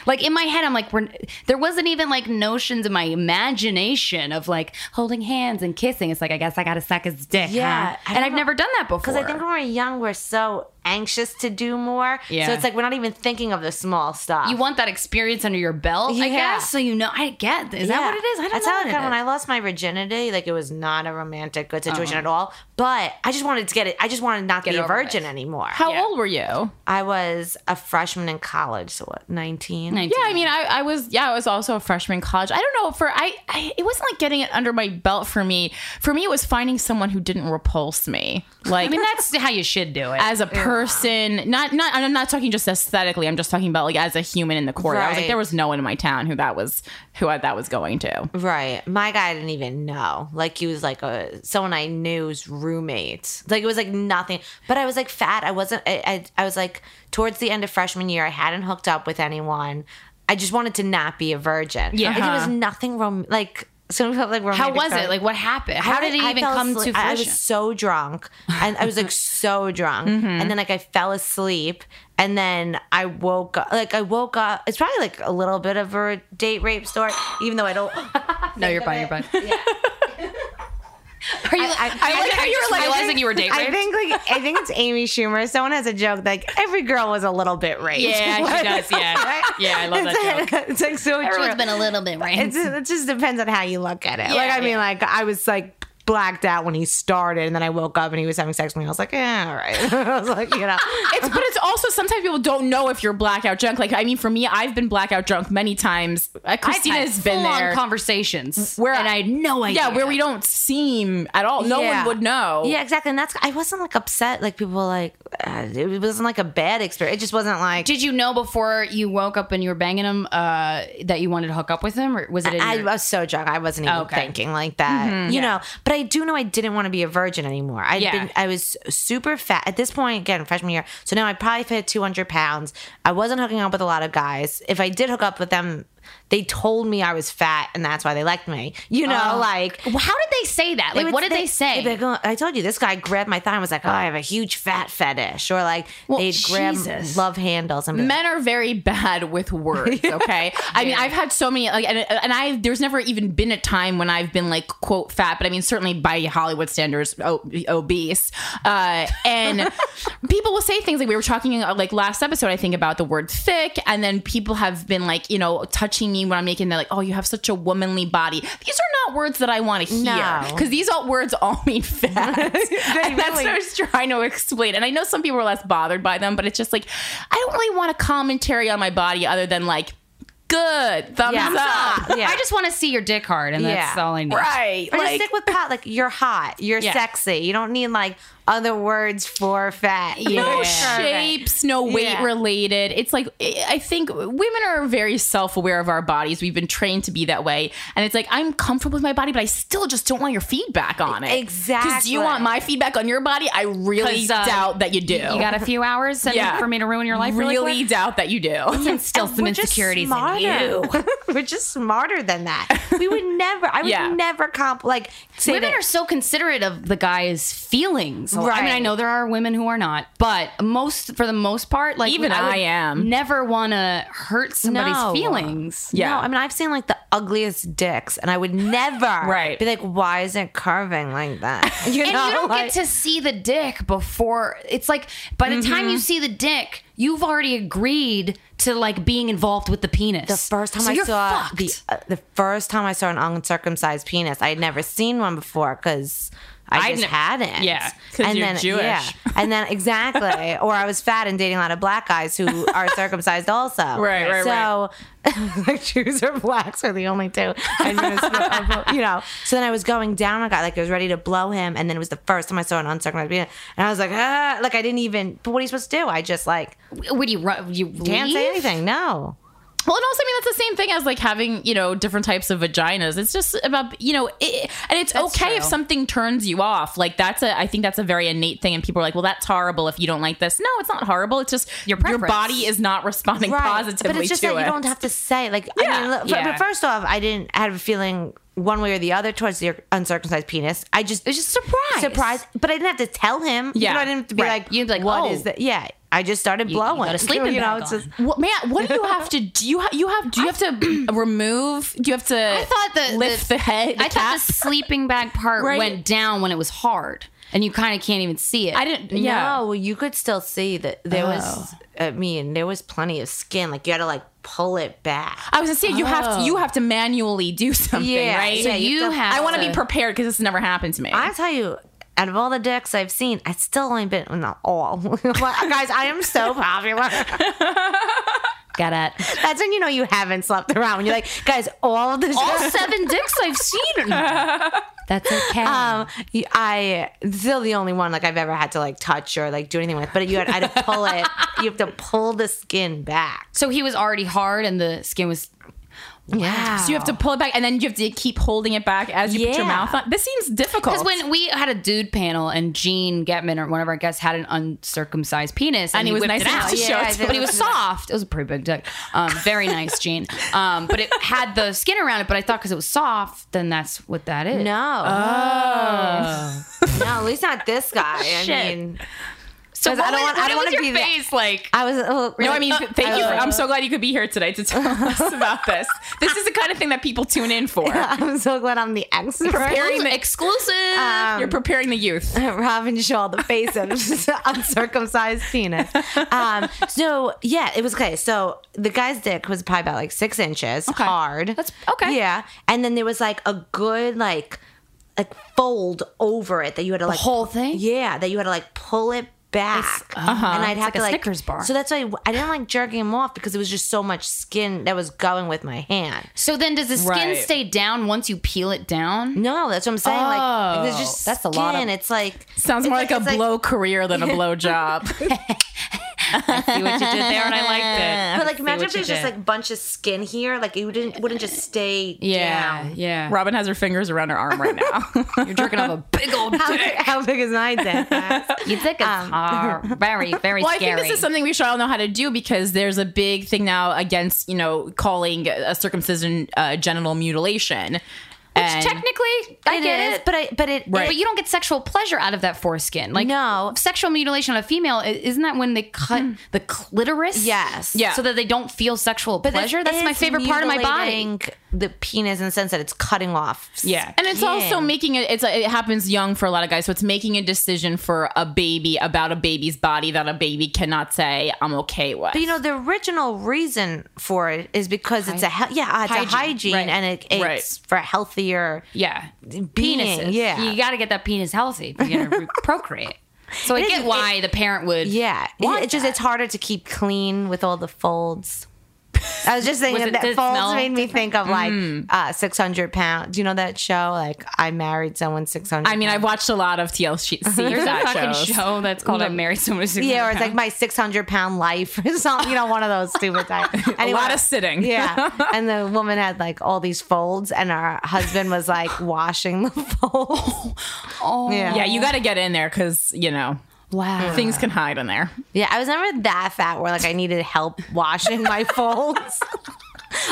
Like in my head, I'm like, we're, there wasn't even like notions in my imagination of like holding hands and kissing. It's like I guess I gotta suck his dick.
Yeah,
huh?
I
and
don't
I've
know.
never done that before.
Because I think when we're young, we're so anxious to do more.
Yeah.
So it's like we're not even thinking of the small stuff.
You want that experience under your belt, I
Yeah.
guess. So you know, I get. Is that
Yeah.
what it is? I don't
That's
know.
how
what
it
it
felt when
is.
I lost my virginity. Like it was not a romantic good situation at all. But I just wanted to get it. I just wanted to not be a
over with.
virgin anymore.
How old were you?
I was a freshman in college, so what, 19?
Yeah, I mean, I, I was yeah, I was also a freshman in college. I don't know for I, I it wasn't like getting it under my belt for me. For me, it was finding someone who didn't repulse me. Like
I mean, that's how you should do it.
as a person, not not. and I'm not talking just aesthetically. I'm just talking about like as a human in the court. I was like,
Right.
there was no one in my town who that was who I, that was going to.
Right. My guy didn't even know. Like he was like a someone I knew's roommate. Like it was like nothing. But I was like fat. I wasn't. I, I, I was like towards the end of freshman year. I hadn't hooked up with anyone. I just wanted to not be a virgin.
Yeah.
Like, there was
Uh-huh.
nothing wrong. Like some people like romantic
how was
stories.
it? Like, what happened? How
I
did it
was- I
even
fell
come
asleep-
to
I- I
fruition? Mm-hmm.
was so drunk, and I was like so drunk, and then like I fell asleep, and then I woke up. Like I woke up. It's probably like a little bit of a date rape story, even though I don't.
no, you're fine. You're fine. Are you? I,
I- I-
like how you were like realizing you were date
I
raped.
think like I think it's Amy Schumer. Someone has a joke like every girl was a little bit raped.
she does. Yeah, yeah, I love
it's, like, it's like so true.
a little bit right.
It's, it just depends on how you look at it. like I mean,
yeah.
like I was like blacked out when he started, and then I woke up and he was having sex with me. I was like, yeah, all right. I was like, you know,
It's but it's also sometimes people don't know if you're blackout drunk. Like I mean, for me, I've been blackout drunk many times. Uh, Christina's been
full-on
there.
conversations
Where-
and I had no idea.
yeah, where we don't seem at all. No
Yeah.
one would know.
Yeah, exactly. And that's I wasn't like upset. Like people were like uh, it wasn't like a bad experience. It just wasn't like
Did you know before you woke up and you were banging him uh, that you wanted to hook up with him, or was it? In
I
your-
was so drunk. I wasn't even
Okay. Mm-hmm.
thinking like that, you know. But I do know I didn't want to be a virgin anymore. I
Yeah.
had been, I was super fat at this point. Again, freshman year, so now I probably hit two hundred pounds. I wasn't hooking up with a lot of guys. If I did hook up with them, they told me I was fat, and that's why they liked me. You know, like
Well, how did they say that? Oh. Like,
it was-
what did they, say?
they'd be like, "Oh," I told you this guy grabbed my thigh and was like, "Oh, I have a huge fat fetish," or like they'd grab
Jesus.
love handles and be like,
men are very bad with words okay i mean i've had so many like and, and i there's never even been a time when i've been like quote fat but i mean certainly by hollywood standards o- obese uh and people will say things like we were talking uh, like last episode i think about the word thick and then people have been like you know touching me when i'm making they're like oh you have such a womanly body these are not words that i want to hear
No.
because these all words all mean fat And that's
really
what I was trying to explain. And I know some people are less bothered by them, but it's just like I don't really want a commentary on my body other than like good thumbs
Yeah.
up.
yeah.
I just want to see your dick hard, and that's
Yeah.
all I need.
Right.
Or
Like,
just stick with pot. Like you're hot, you're
Yeah.
sexy. You don't need like other words for fat.
Yeah.
no
with
shapes, no weight
Yeah.
related. It's like I I think women are very self-aware of our bodies. We've been trained to be that way. And it's like I'm comfortable with my body, but I still just don't want your feedback on it. Cuz
Exactly.
you want my feedback on your body? I really
'Cause, uh,
doubt that you do.
You got a few hours and-
Yeah.
for me to ruin your life. Really,
really,
quick?
doubt that you do.
and still some
We're just
insecurities in you.
smarter. We're just smarter than that. We would never. I would
Yeah.
never comp like say
Women
that-
are so considerate of the guy's feelings. I mean,
Right.
I know there are women who are not, but most for the most part, like
Even
would
I am.
never want to hurt somebody's
No.
feelings.
Yeah.
No, I mean I've seen like the ugliest dicks, and I would never
Right.
be like, why is it curving like that? You
And you don't
like-
get to see the dick before it's like by the time
Mm-hmm.
you see the dick, you've already agreed to like being involved with the penis.
The first time
So
I
you're
saw
fucked.
the uh, the first time I saw an uncircumcised penis, I had never seen one before because I
I'd
just
ne-
hadn't.
Yeah, 'cause you're Jewish.
and then exactly, or I was fat and dating a lot of black guys who are circumcised also.
Right, right,
so, like Jews or blacks are the only two. in Minnesota, you know. So then I was going down a guy, like I was ready to blow him, and then it was the first time I saw an uncircumcised penis, and I was like, ah, like I didn't even. But what are you supposed to do? I just like
what do you run? You
can't say
leave?
anything. No.
Well, and also, I mean, that's the same thing as like having, you know, different types of vaginas. It's just about, you know, it, and it's okay if
true.
something turns you off. Like, that's a, I think that's a very innate thing. And people are like, well, that's horrible if you don't like this. No, it's not horrible. It's just your, your
preference.
body is not responding positively
But it's just
to
that
it.
you don't have to say like. I
Yeah,
mean, look, but-
yeah.
but first off, I didn't have a feeling one way or the other towards the uncircumcised penis. I just
It's just surprise.
surprised, but I didn't have to tell him.
Yeah.
you know, I didn't have to be
Right.
like,
You'd be like,
what
oh.
is that? Yeah, I just started
you
blowing.
got a sleeping
you know,
bag
it's
on.
just
What, man, what do you have to do? You, ha- you have, do you have to remove, do you have to
I thought the
lift the, head? The
I
cap?
thought the sleeping bag part
Right.
went down when it was hard. and you kind of can't even see it.
I didn't. Yeah.
No, you could still see that there was.
Oh.
I mean, there was plenty of skin. Like you had to like pull it back.
I was gonna say you have to, you have to manually do something,
Oh. Yeah,
right?
yeah, you
you have.
I want to
to
be prepared because this never happened to me.
I tell you, out of all the dicks I've seen, I still only been well, not all. Well, Guys, I am so popular.
Got it.
That's when you know you haven't slept around. When you're like, guys, all of this.
All seven dicks I've seen. That's okay.
um, y- I still the only one like I've ever had to like touch or like do anything with. But you had, I had to pull it. You have to pull the skin back.
so he was already hard, and the skin was.
Yeah.
so you have to pull it back, and then you have to keep holding it back as you put your
Yeah.
mouth on. This seems difficult.
Because when we had a dude panel and Gene Getman or one of our guests had an uncircumcised penis
And he was
whipped
nice
it
enough
out.
to show
Yeah, it I to did.
but he was soft. It was a pretty big dick. Um, very nice, Gene. Um, but it had the skin around it. But I thought because it was soft, then that's what that is.
No. no, at least not this guy. I
Shit.
mean,
so
'Cause
what
I don't
was-
want- I
what
don't
was
wanna
your
be that-
face like.
I was. Oh,
no, I mean, thank you. For, I'm so glad you could be here today to tell us about this. This is the kind of thing that people tune in for.
I'm so glad I'm the expert.
Preparing the,
Exclusive. Um,
you're preparing the youth.
Robin Shaw, the face of uncircumcised penis. Um, so yeah, it was okay. So the guy's dick was probably about like six inches
Okay.
hard.
That's- okay.
Yeah, and then there was like a good like like fold over it that you had to like
whole thing? uh-huh.
Yeah, that you had to like pull it. Back, and I'd have
like
to
a
like
Snickers bar.
So that's why I- I didn't like jerking him off because it was just so much skin that was going with my hand.
so then, does the skin
Right.
stay down once you peel it down?
No, that's what I'm saying. Like, like there's
Oh,
just
that's a lot of-
skin. It's like
Sounds
it's
more like, a
it's
blow career than a blow job.
See what you did there, and I liked
But like, imagine if
what you
there's just
did.
like a bunch of skin here. Like, it wouldn't wouldn't just stay
Yeah,
down.
yeah.
Robin has her fingers around her arm right now.
You're jerking off a big old
How
dick.
big, how big is my dick? Um, guys?
You think it's hard. Ah, very, very
Well,
scary.
I think this is something we should all know how to do because there's a big thing now against, you know, calling a circumcision uh, genital mutilation. and
Technically, I
It
get
is,
it,
but I but it
But you don't get sexual pleasure out of that foreskin. Like
No.
sexual mutilation on a female i- isn't that when they cut the clitoris?
Yes.
Hmm. Yeah.
So that they don't feel sexual pleasure. That's my favorite part of my body.
The penis in the sense that it's cutting off.
Yeah, and it's also making it. It's it happens young for a lot of guys, so it's making a decision for a baby about a baby's body that a baby cannot say I'm okay with.
But you know the original reason for it is because it's a he- yeah it's a
Hygiene,
hygiene
right.
and it, it's
Right.
for healthier
Yeah.
being.
Penises.
Yeah.
You got to get that penis healthy if you're going to procreate. So I
It is-
get why the parent would.
yeah. It-
want
it's just
that.
it's harder to keep clean with all the folds. I was just thinking
Was it-
that
did it
folds
smell
made me think of like uh, 600 pounds. Do you know that show? Like I married someone 600.
I mean, I've watched a lot of TLC.
There's a Uh-huh. fucking
shows.
show that's called I Married Someone Who's
yeah, or it's like my 600 pound life or something. You know, one of those stupid types.
A lot of sitting.
Yeah, and the woman had like all these folds, and her husband was like washing the folds.
Oh.
Yeah,
yeah,
yeah,
you got to get in there because you know
Wow.
things can hide in there.
I was never that fat where like I needed help washing my folds.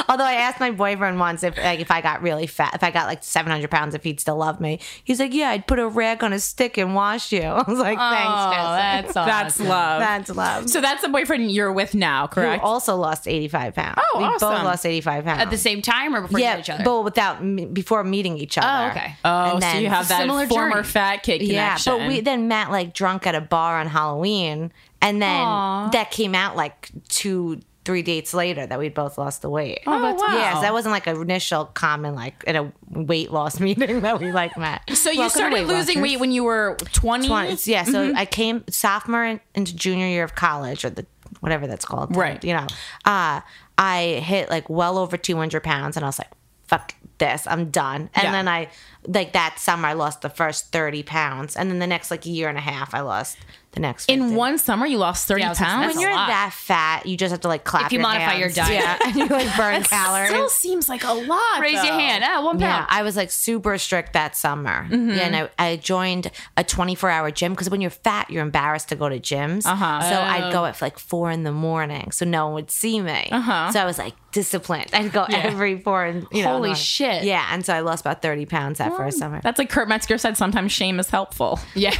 Although I asked my boyfriend once if like if I got really fat, if I got like 700 pounds, if he'd still love me. He's like, yeah, I'd put a rag on a stick and wash you. I was like,
Oh,
thanks,
that's awesome.
That's love.
Jess. That's love.
so that's the boyfriend you're with now,
who
correct?
also lost 85 pounds.
Oh,
we both
awesome.
lost 85 pounds.
at the same time or before you
yeah,
met each other.
but without m- before meeting each other.
okay.
oh,
And
so
then-
you have that
Similar
former
journey.
fat kid
yeah.
connection.
But we then met like drunk at a bar on Halloween, and then
Aw.
that came out like two, three dates later that we'd both lost the weight.
Oh, that's- wow.
Yeah, so that wasn't like an initial common like in a weight loss meeting that we like met.
So you
Welcome to
started
Weight
losing
Watchers.
weight when you were 20?
Twen- yeah, so
Mm-hmm.
I came sophomore in- into junior year of college or the whatever that's called.
Right.
You know, uh, I hit like well over 200 pounds and I was like, fuck this, I'm done. And
Yeah.
then I, like that summer, I lost the first 30 pounds. And then the next like year and a half, I lost the next
In
50.
one summer, you lost 30
Yeah, I was gonna say,
pounds?
that's
When you're
a lot.
that fat, you just have to like clap
If you
your
modify your
hands.
diet.
Yeah, and you like burn calories.
still seems like a lot.
Raise your
though.
hand. Ah, one
Yeah,
pound.
I was like super strict that summer.
Mm-hmm.
Yeah, and I, I joined a 24 hour gym because when you're fat, you're embarrassed to go to gyms.
Uh-huh.
So
Oh.
I'd go at like four in the morning so no one would see me. So I was like disciplined. I'd go every four and you know,
Uh-huh. Holy
in the morning.
shit.
Yeah. And so I lost about 30 pounds that first summer.
That's like Kurt Metzger said. Sometimes shame is helpful.
Yeah.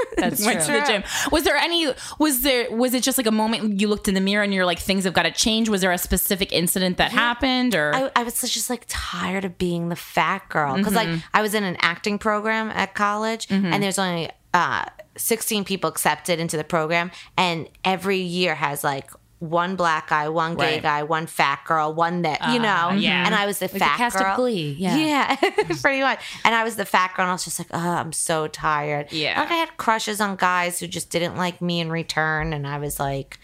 That's
Went to
true.
the gym. Was there any? Was there? Was it just like a moment you looked in the mirror and you're like, things have got to change? Was there a specific incident that happened or?
I, I was just like tired of being the fat girl because like I was in an acting program at college and there's only uh, 16 people accepted into the program, and every year has like one black guy, one gay
Right.
guy, one fat girl, one that you know.
yeah.
And I was the
the
fat
cast of
girl.
Glee, yeah.
yeah, pretty much. And I was the fat girl, and I was just like, oh, I'm so tired.
Yeah.
like I had crushes on guys who just didn't like me in return, and I was like,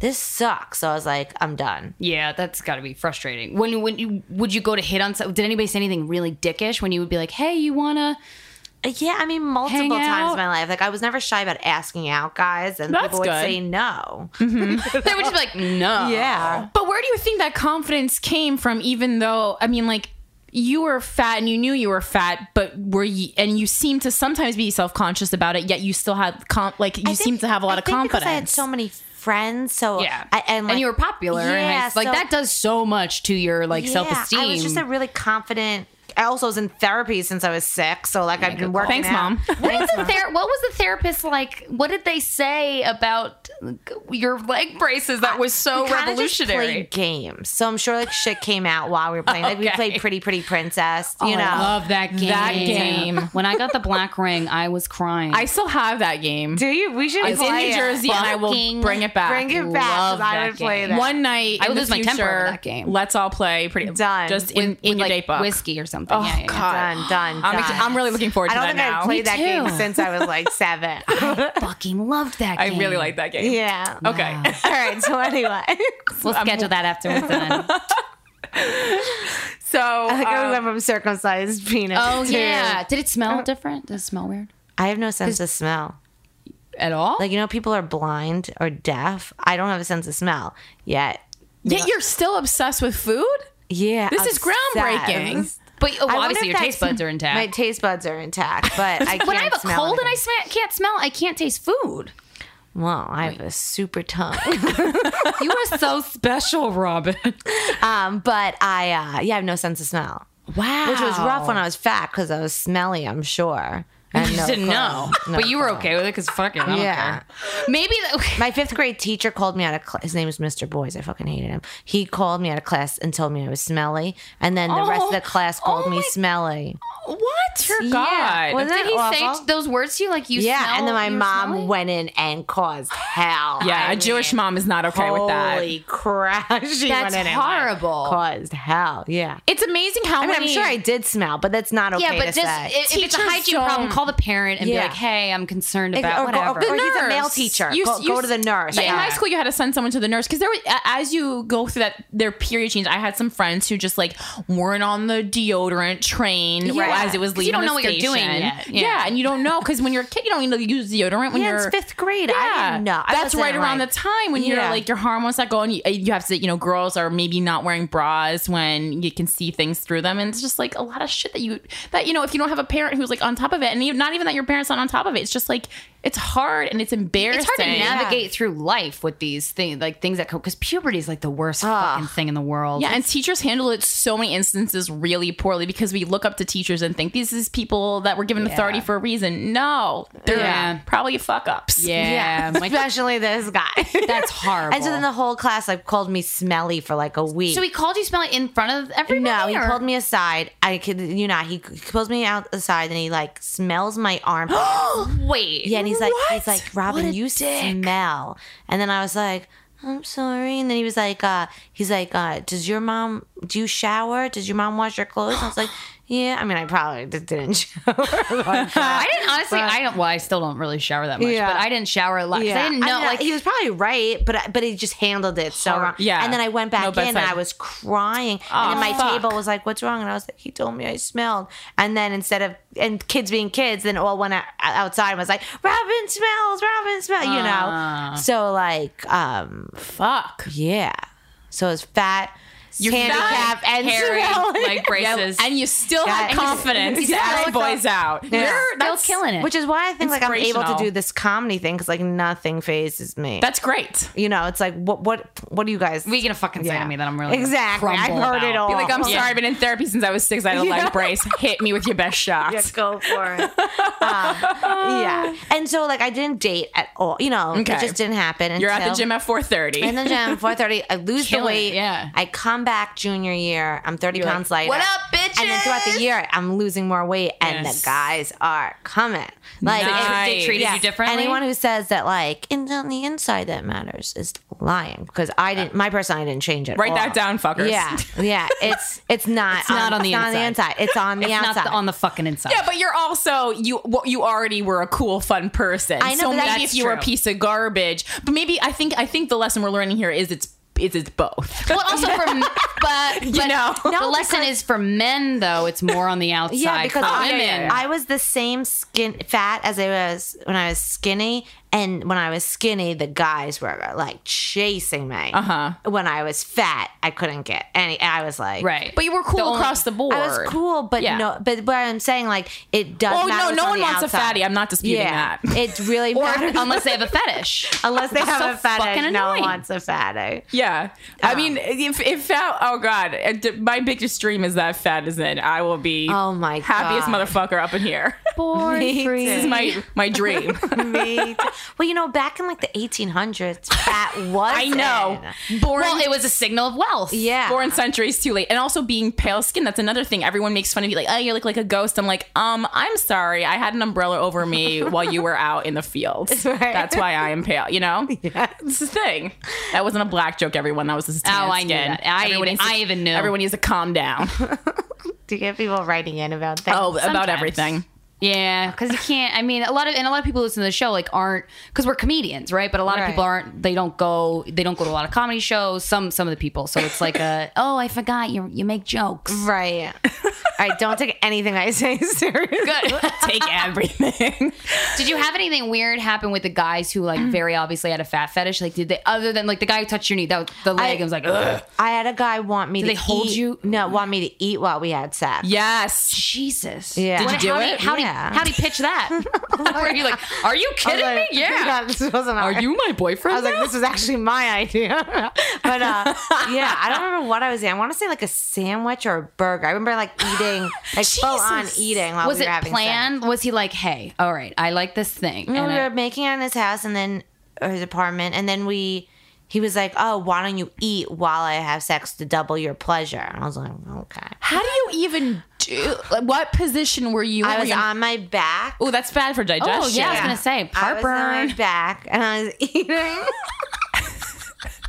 this sucks. So I was like, I'm done.
Yeah, that's got to be frustrating. When when you would you go to hit on? some- Did anybody say anything really dickish when you would be like, "Hey, you wanna?"
Yeah, I mean, multiple times
out.
in my life. Like, I was never shy about asking out guys, and
That's
people would
good.
say no. Uh,
they would just be like, "No."
Yeah.
But where do you think that confidence came from? Even though, I mean, like you were fat and you knew you were fat, but were you? And you seem to sometimes be self conscious about it, yet you still had com- like you
I think-
seem to have a lot
I
of
think because
confidence.
I had so many friends, so
Yeah.
I, and, like,
and you were popular. and
Yeah,
it's like
so-
that does so much to your like
yeah,
self esteem.
I was just a really confident. I also was in therapy since I was six, so like I've been working.
Thanks,
out.
mom.
What, is the ther- what was the therapist like? What did they say about your leg braces that was so
We kinda just
revolutionary?
played games, so I'm sure like shit came out while we were playing. Like we
Okay. Oh,
played Pretty Pretty Princess, you know.
Oh, that game.
That game.
when I got the black ring, I was crying.
I still have that game.
Do you? We should
It's in
play
New
it.
Jersey, and I
Fucking
will bring it back.
uh, Bring it back. 'cause
Love
I
that
would play
game.
that.
One night,
I
in
would
the
lose my temper over
future,
that game.
Let's all play pretty
Done.
Just in, in
with
your
like
date book.
whiskey or something.
Oh,
yeah, yeah, yeah.
God.
done, done,
I'm, ex-
done.
I'm really looking forward to
I don't
that
think
now.
I've played that
Me
game
too.
since I was like seven.
Fucking loved that
I
game.
really like that game.
yeah.
Okay.
All right. So anyway,
We'll schedule that after we're done.
So
like I
um,
remember circumcised penis.
Oh
too.
yeah. Did it smell different? Does it smell weird
I have no sense of smell.
at all?
Like you know, people are blind or deaf. I don't have a sense of smell yet.
yet you're still obsessed with food.
Yeah,
This is groundbreaking.
but oh, well,
I wonder
obviously
if
your taste
that's-
buds are intact.
My taste buds are intact, but I can't
when I have a
smell
cold and I
anything.
sm- can't smell, I can't taste food.
well, I have a super tongue.
You are so special, Robin.
um, but I uh, yeah, I have no sense of smell,
Wow.
which was rough when I was fat because I was smelly. I'm sure. I had
You
no
just didn't
clue.
know.
No
but you were
clue.
okay with it because fucking, I don't
Yeah.
care. Maybe that,
My fifth grade teacher called me out of class. His name was Mr. Boys. I fucking hated him. He called me out of class and told me I was smelly. And then the rest of
Oh,
the class called
oh
me
my-
smelly.
What? Your
Yeah.
God.
Wasn't
did
that
he
awful?
say those words to you? Like you
yeah.
smell-
and then my
you were
mom
smelly?
went in and caused hell.
yeah,
I
a Jewish
mean,
mom is not okay with that.
Holy crap. She
That's
went in and, like,
horrible.
caused hell. Yeah.
It's amazing how
I mean,
many.
I'm sure I did smell, but that's not okay
Yeah, but just
to say.
if, if it's a
Teachers
hygiene
don't-
problem, call the parent and
Yeah. oh,
be like, "Hey, I'm concerned
Like,
about
or go- or
whatever."
go- he's a male
nurse.
teacher.
You-
Go-
you-
go to the nurse.
Yeah, in
Yeah.
high school, you had to send someone to the nurse because there was, a- as you go through that their period change. I had some friends who just like weren't on the deodorant train
Yeah.
as it was
'Cause
leaving.
you don't
the
know what you're doing
station.
yet.
Yeah.
Yeah.
and you don't know because when you're a kid, you don't even use deodorant. When
yeah,
you're
it's fifth grade. I
Yeah,
didn't know. I
that's
wasn't,
right around
like-
the time when you're
Yeah.
like your hormones that go and you, you have to, you know, girls are maybe not wearing bras when you can see things through them, and it's just like a lot of shit that you that you know if you don't have a parent who's like on top of it, and you, not even that your parents not on top of it, it's just like it's hard and it's embarrassing.
it's hard to navigate through life with these things, like things that come because puberty is like the worst fucking thing in the world.
Yeah, and teachers handle it so many instances really poorly because we look up to teachers and think these is people that were given authority for a reason. No, they're
Yeah.
probably fuck ups.
yeah, my-
Especially this guy.
that's horrible.
And so then the whole class like called me smelly for like a week.
So he called you smelly in front of everybody?
no, he
or-
pulled me aside. I could, you know, he pulls me out aside and he like smells my arm.
Wait.
yeah, and he's like,
What?
he's like, Robin,
What a
you smell. And then I was like, I'm sorry. And then he was like, uh, he's like, uh, does your mom do you shower? Does your mom wash your clothes? And I was like, yeah. I mean, I probably just didn't shower. like that.
I didn't honestly. I don't. Well, I still don't really shower that much,
Yeah.
but I didn't shower a lot. 'cause I didn't know.
mean,
like
he was probably right, but but he just handled it so wrong.
Yeah.
And then I went
No
back in and
bedside.
I was crying, and then my
fuck.
table was like, "What's wrong?" And I was like, "He told me I smelled." And then instead of and kids being kids, then all went out, outside and was like, "Robin smells, Robin smells," you know. So like, um,
Fuck.
yeah. So it's fat,
fat,
handicapped, and
hairy,
smelly.
like braces.
and you still
Yeah.
had confidence to
Yeah.
ask boys out. You're-
still killing it.
Which is why I think like I'm able to
Inspirational.
do this comedy thing because like nothing phases me.
That's great.
you know, it's like what what what do you guys?
we gonna fucking say
Yeah.
to me that I'm really
Exactly. I've
crumble
heard
about.
it all.
Be like, I'm
Yeah.
sorry, I've been in therapy since I was six. I had a leg
Yeah.
brace. Hit me with your best shot.
Yeah, go for it. Uh, yeah. And so like I didn't date at all. You know,
Okay.
it just didn't happen.
You're at the
until-
gym at 4:30.
in the gym, 4:30. I lose
Killing
the
it,
weight.
yeah.
I come back junior year. I'm 30 pounds lighter.
What up, bitch?
And then throughout the year, I'm losing more weight, and
Yes.
the guys are coming. Like
They
if-
tr- they treated you differently?
Anyone who says that like it's on the inside that matters is lying because I didn't. My personality didn't change it.
Write that down, fuckers.
Yeah, yeah. It's it's not. It's
not on the
it's Not on the
inside.
inside. It's on the outside.
Not the, on the fucking inside.
Yeah, but you're also you what you already were a cool, fun person.
I know,
so
but
maybe
that's
if you were a
true.
piece of garbage, but maybe I think I think the lesson we're learning here is it's is it's both.
Well, also for m- but, but
know.
the
No,
lesson is for men though it's more on the outside.
yeah, because
Oh,
for
I,
women.
I was the same skin fat as I was when I was skinny, and when I was skinny, the guys were like chasing me. Uh
Uh-huh.
huh. When I was fat, I couldn't get any. I was like,
right.
But you were cool
The only-
across the board.
I was cool, but
Yeah.
no. But what I'm saying, like, it does.
Oh
matter
no,
what's
no
on
one
the
wants
outside.
a fatty. I'm not disputing
Yeah,
that.
it really
or
matters.
unless they have a fetish.
Unless they have
so
a fetish,
fucking
no one
annoying.
wants a fatty.
Yeah,
Ah.
I mean, if if fat, oh god, it- my biggest dream is that fat is in. I will be
Oh my
happiest
God.
motherfucker up in here.
Born free.
this is my my dream.
Me too. Well, you know, back in like the 1800s, fat was.
I know.
in.
Born
Well, it was a signal of wealth.
Yeah.
born centuries too late. And also being pale skinned, that's another thing. Everyone makes fun of you, like, oh, you look like a ghost. I'm like, um, I'm sorry. I had an umbrella over me while you were out in the fields.
Right.
That's why I am pale, you know? It's the thing. That wasn't a black joke, everyone. That was just tan
Oh, I knew
skin.
that. I even-
needs to-
I even knew.
Everyone needs to calm down.
Do you get people writing in about that?
Oh, about
Sometimes.
everything.
Yeah, because you can't. I mean, a lot of and a lot of people listen to the show like aren't because we're comedians, right? But a lot
Right.
of people aren't. They don't go. They don't go to a lot of comedy shows. Some some of the people. So it's like a oh, I forgot you you make jokes.
Right. All right. Don't take anything I say seriously.
Good.
Take everything.
Did you have anything weird happen with the guys who like very obviously had a fat fetish? Like, did they other than like the guy who touched your knee, that was- the leg, I, was like, Ugh.
I had a guy want me to
they hold
eat-
you?
No, want me to eat while we had sex.
yes.
Jesus.
Yeah. Did
What-
you
do
how
it?
Do you, how
Yeah.
do you, how do you pitch that? Were you like, are you
I
kidding
was like,
me? Yeah.
this wasn't
Are
our-
you my boyfriend?
I was like,
now?
this was actually my idea. but uh, yeah, I don't remember what I was eating. I want to say like a sandwich or a burger. I remember like eating, like full on
Jesus.
eating while
Was
we
it
were having sex.
planned? Was he like, hey, all right, I like this thing.
No,
and
we
I-
were making it in his house and then or his apartment, and then we. He was like, "Oh, why don't you eat while I have sex to double your pleasure?" And I was like, "Okay."
How do you even do like, what position were you
I was on my back.
Oh, that's bad for digestion.
oh, yeah, I was going to say,
I was on my
heartburn.
back and I was eating.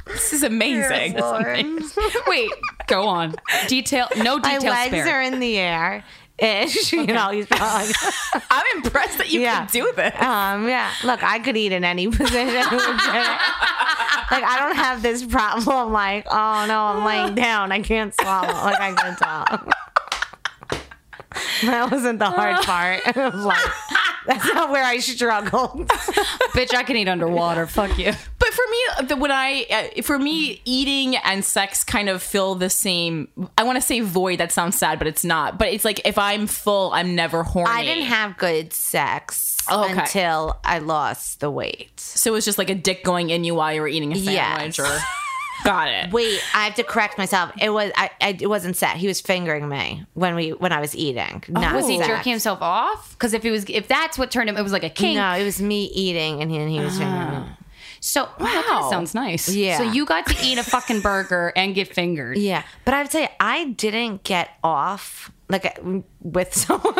This is amazing.
Wait, go on. Detail, no
My
detail
legs
spared.
are in the air. Ish, you know, he's probably
I'm impressed that you
Yeah.
can do this.
um, yeah. Look, I could eat in any position. like I don't have this problem. Like, oh no, I'm laying down. I can't swallow. Like I can talk. That wasn't the hard part. like, that's not where I struggled.
Bitch, I can eat underwater. Fuck you.
But for me, the, when I uh, for me, eating and sex kind of fill the same. I want to say void. That sounds sad, but it's not. But it's like if I'm full, I'm never horny.
I didn't have good sex
Okay.
until I lost the weight.
So it was just like a dick going in you while you were eating a
Yes.
sandwich. Or, got it.
Wait, I have to correct myself. It was I, I it wasn't set. He was fingering me when we when I was eating. Not
Was he
sex.
jerking himself off? Because if it was, if that's what turned him, it was like a kink.
No, it was me eating and he, and he was fingering me.
So wow, that kinda sounds nice.
Yeah.
So you got to eat a fucking burger and get fingered.
Yeah, but I would say I didn't get off like uh, with someone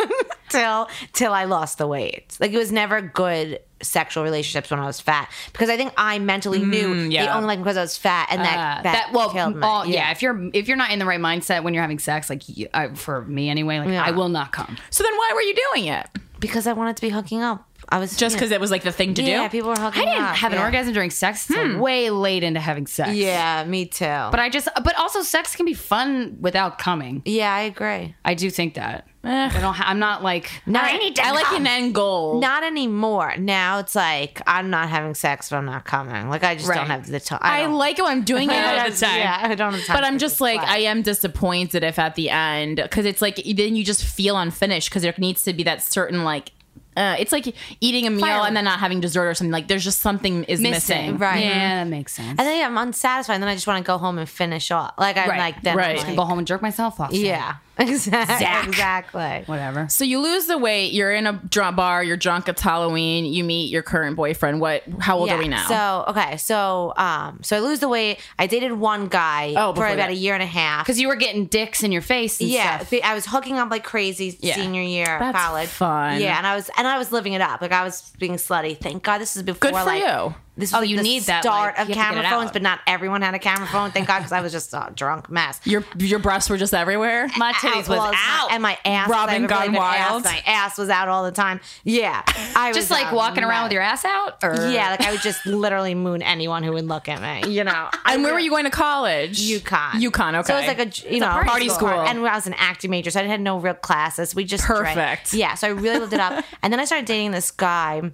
till till I lost the weight. Like it was never good sexual relationships when I was fat because I think I mentally knew they
yeah.
only liked me because I was fat and that,
Mm, Uh,
that
well,
killed me.
all- yeah. If you're if you're not in the right mindset when you're having sex, like you, I, for me anyway, like
Yeah.
I will not come.
So then why were you doing it?
because I wanted to be hooking up. I was
Just
yeah.
because it was like the thing to
yeah,
do.
people were hooking
I
up.
didn't have an
yeah. Hmm.
orgasm during sex. until way late into having sex.
Yeah, me too. But
But I just, but also sex can be fun without coming.
yeah, I agree.
I do think that.
Eh.
I don't. Ha- I'm not like.
Not,
I like an end goal.
not anymore. Now it's like I'm not having sex, but I'm not coming. Like I just
Right.
don't have the time.
I
don't-
like it when I'm doing it
I
all
don't-
the time.
Yeah, I don't have time.
But I'm
for
just
this
like,
crap.
I am disappointed if at the end, because it's like, then you just feel unfinished because there needs to be that certain, like, uh, it's like eating a meal
Fire.
and then not having dessert or something. Like, there's just something is missing.
Right. Mm-hmm.
Yeah, that makes sense.
and then yeah, I'm unsatisfied. And then I just want to go home and finish off. Like I'm
Right.
like then I'm
Right.
like,
go home and jerk myself off.
Yeah, Exactly.
Zach.
Exactly.
Whatever.
So you lose the weight. You're in a drunk bar. You're drunk. It's Halloween. You meet your current boyfriend. What? How old
yeah.
are we now?
So okay, so um, so I lose the weight. I dated one guy
Oh,
for
before
about
that.
a year and a half.
Because you were getting dicks in your face and
yeah,
stuff.
be- I was hooking up like crazy
Yeah.
senior year of
That's
college.
fun.
Yeah, and I was and I was living it up. Like I was being slutty. Thank God this is before
Good for
like
you.
this. Was,
Oh,
like,
you
the
need that,
start
like,
of
you have to get
camera
it
phones,
out.
but not everyone had a camera phone. Thank God, because I was just a drunk mess.
your your breasts were just everywhere.
My titties was
Well, it's not-
out.
and my ass. 'cause I
Robin
have a
gone
really big ass,
wild.
my ass was out all the time. Yeah, I
Just
was
like
a
walking around with
mess.
your ass out? Or
Yeah, like I would just literally moon anyone who would look at me. You know.
and where were you going to college?
UConn.
UConn. Okay.
So it was like a you know
party school.
and I was an acting major, so I had no real classes. We just drank.
Perfect.
Yeah, so I really lived it up. And then I started dating this guy.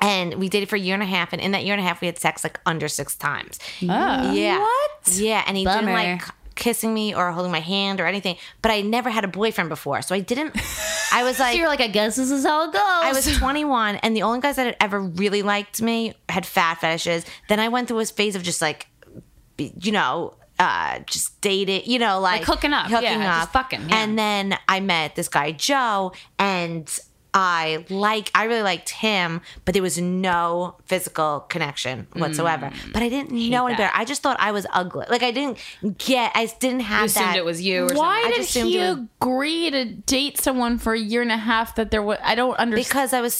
And we dated for a year and a half, and in that year and a half, we had sex like under six times. yeah,
Oh. What?
Yeah, and he
Bummer.
didn't like kissing me or holding my hand or anything. But I never had a boyfriend before, so I didn't. I was like,
So you're like, I guess this is how it goes.
I was 21, and the only guys that had ever really liked me had fat fetishes. Then I went through a phase of just like, be- you know, uh, just dating, you know, like,
hooking up, yeah, just fucking, yeah.
And then I met this guy Joe, and I like, I really liked him, but there was no physical connection whatsoever. but I didn't know any
Mm, that.
better. I just thought I was ugly. Like I didn't get, I didn't have
assumed
that.
it was you or something.
Why
I
did
just assumed
he
it was-
agree to date someone for a year and a half that there was? I don't understand.
Because I was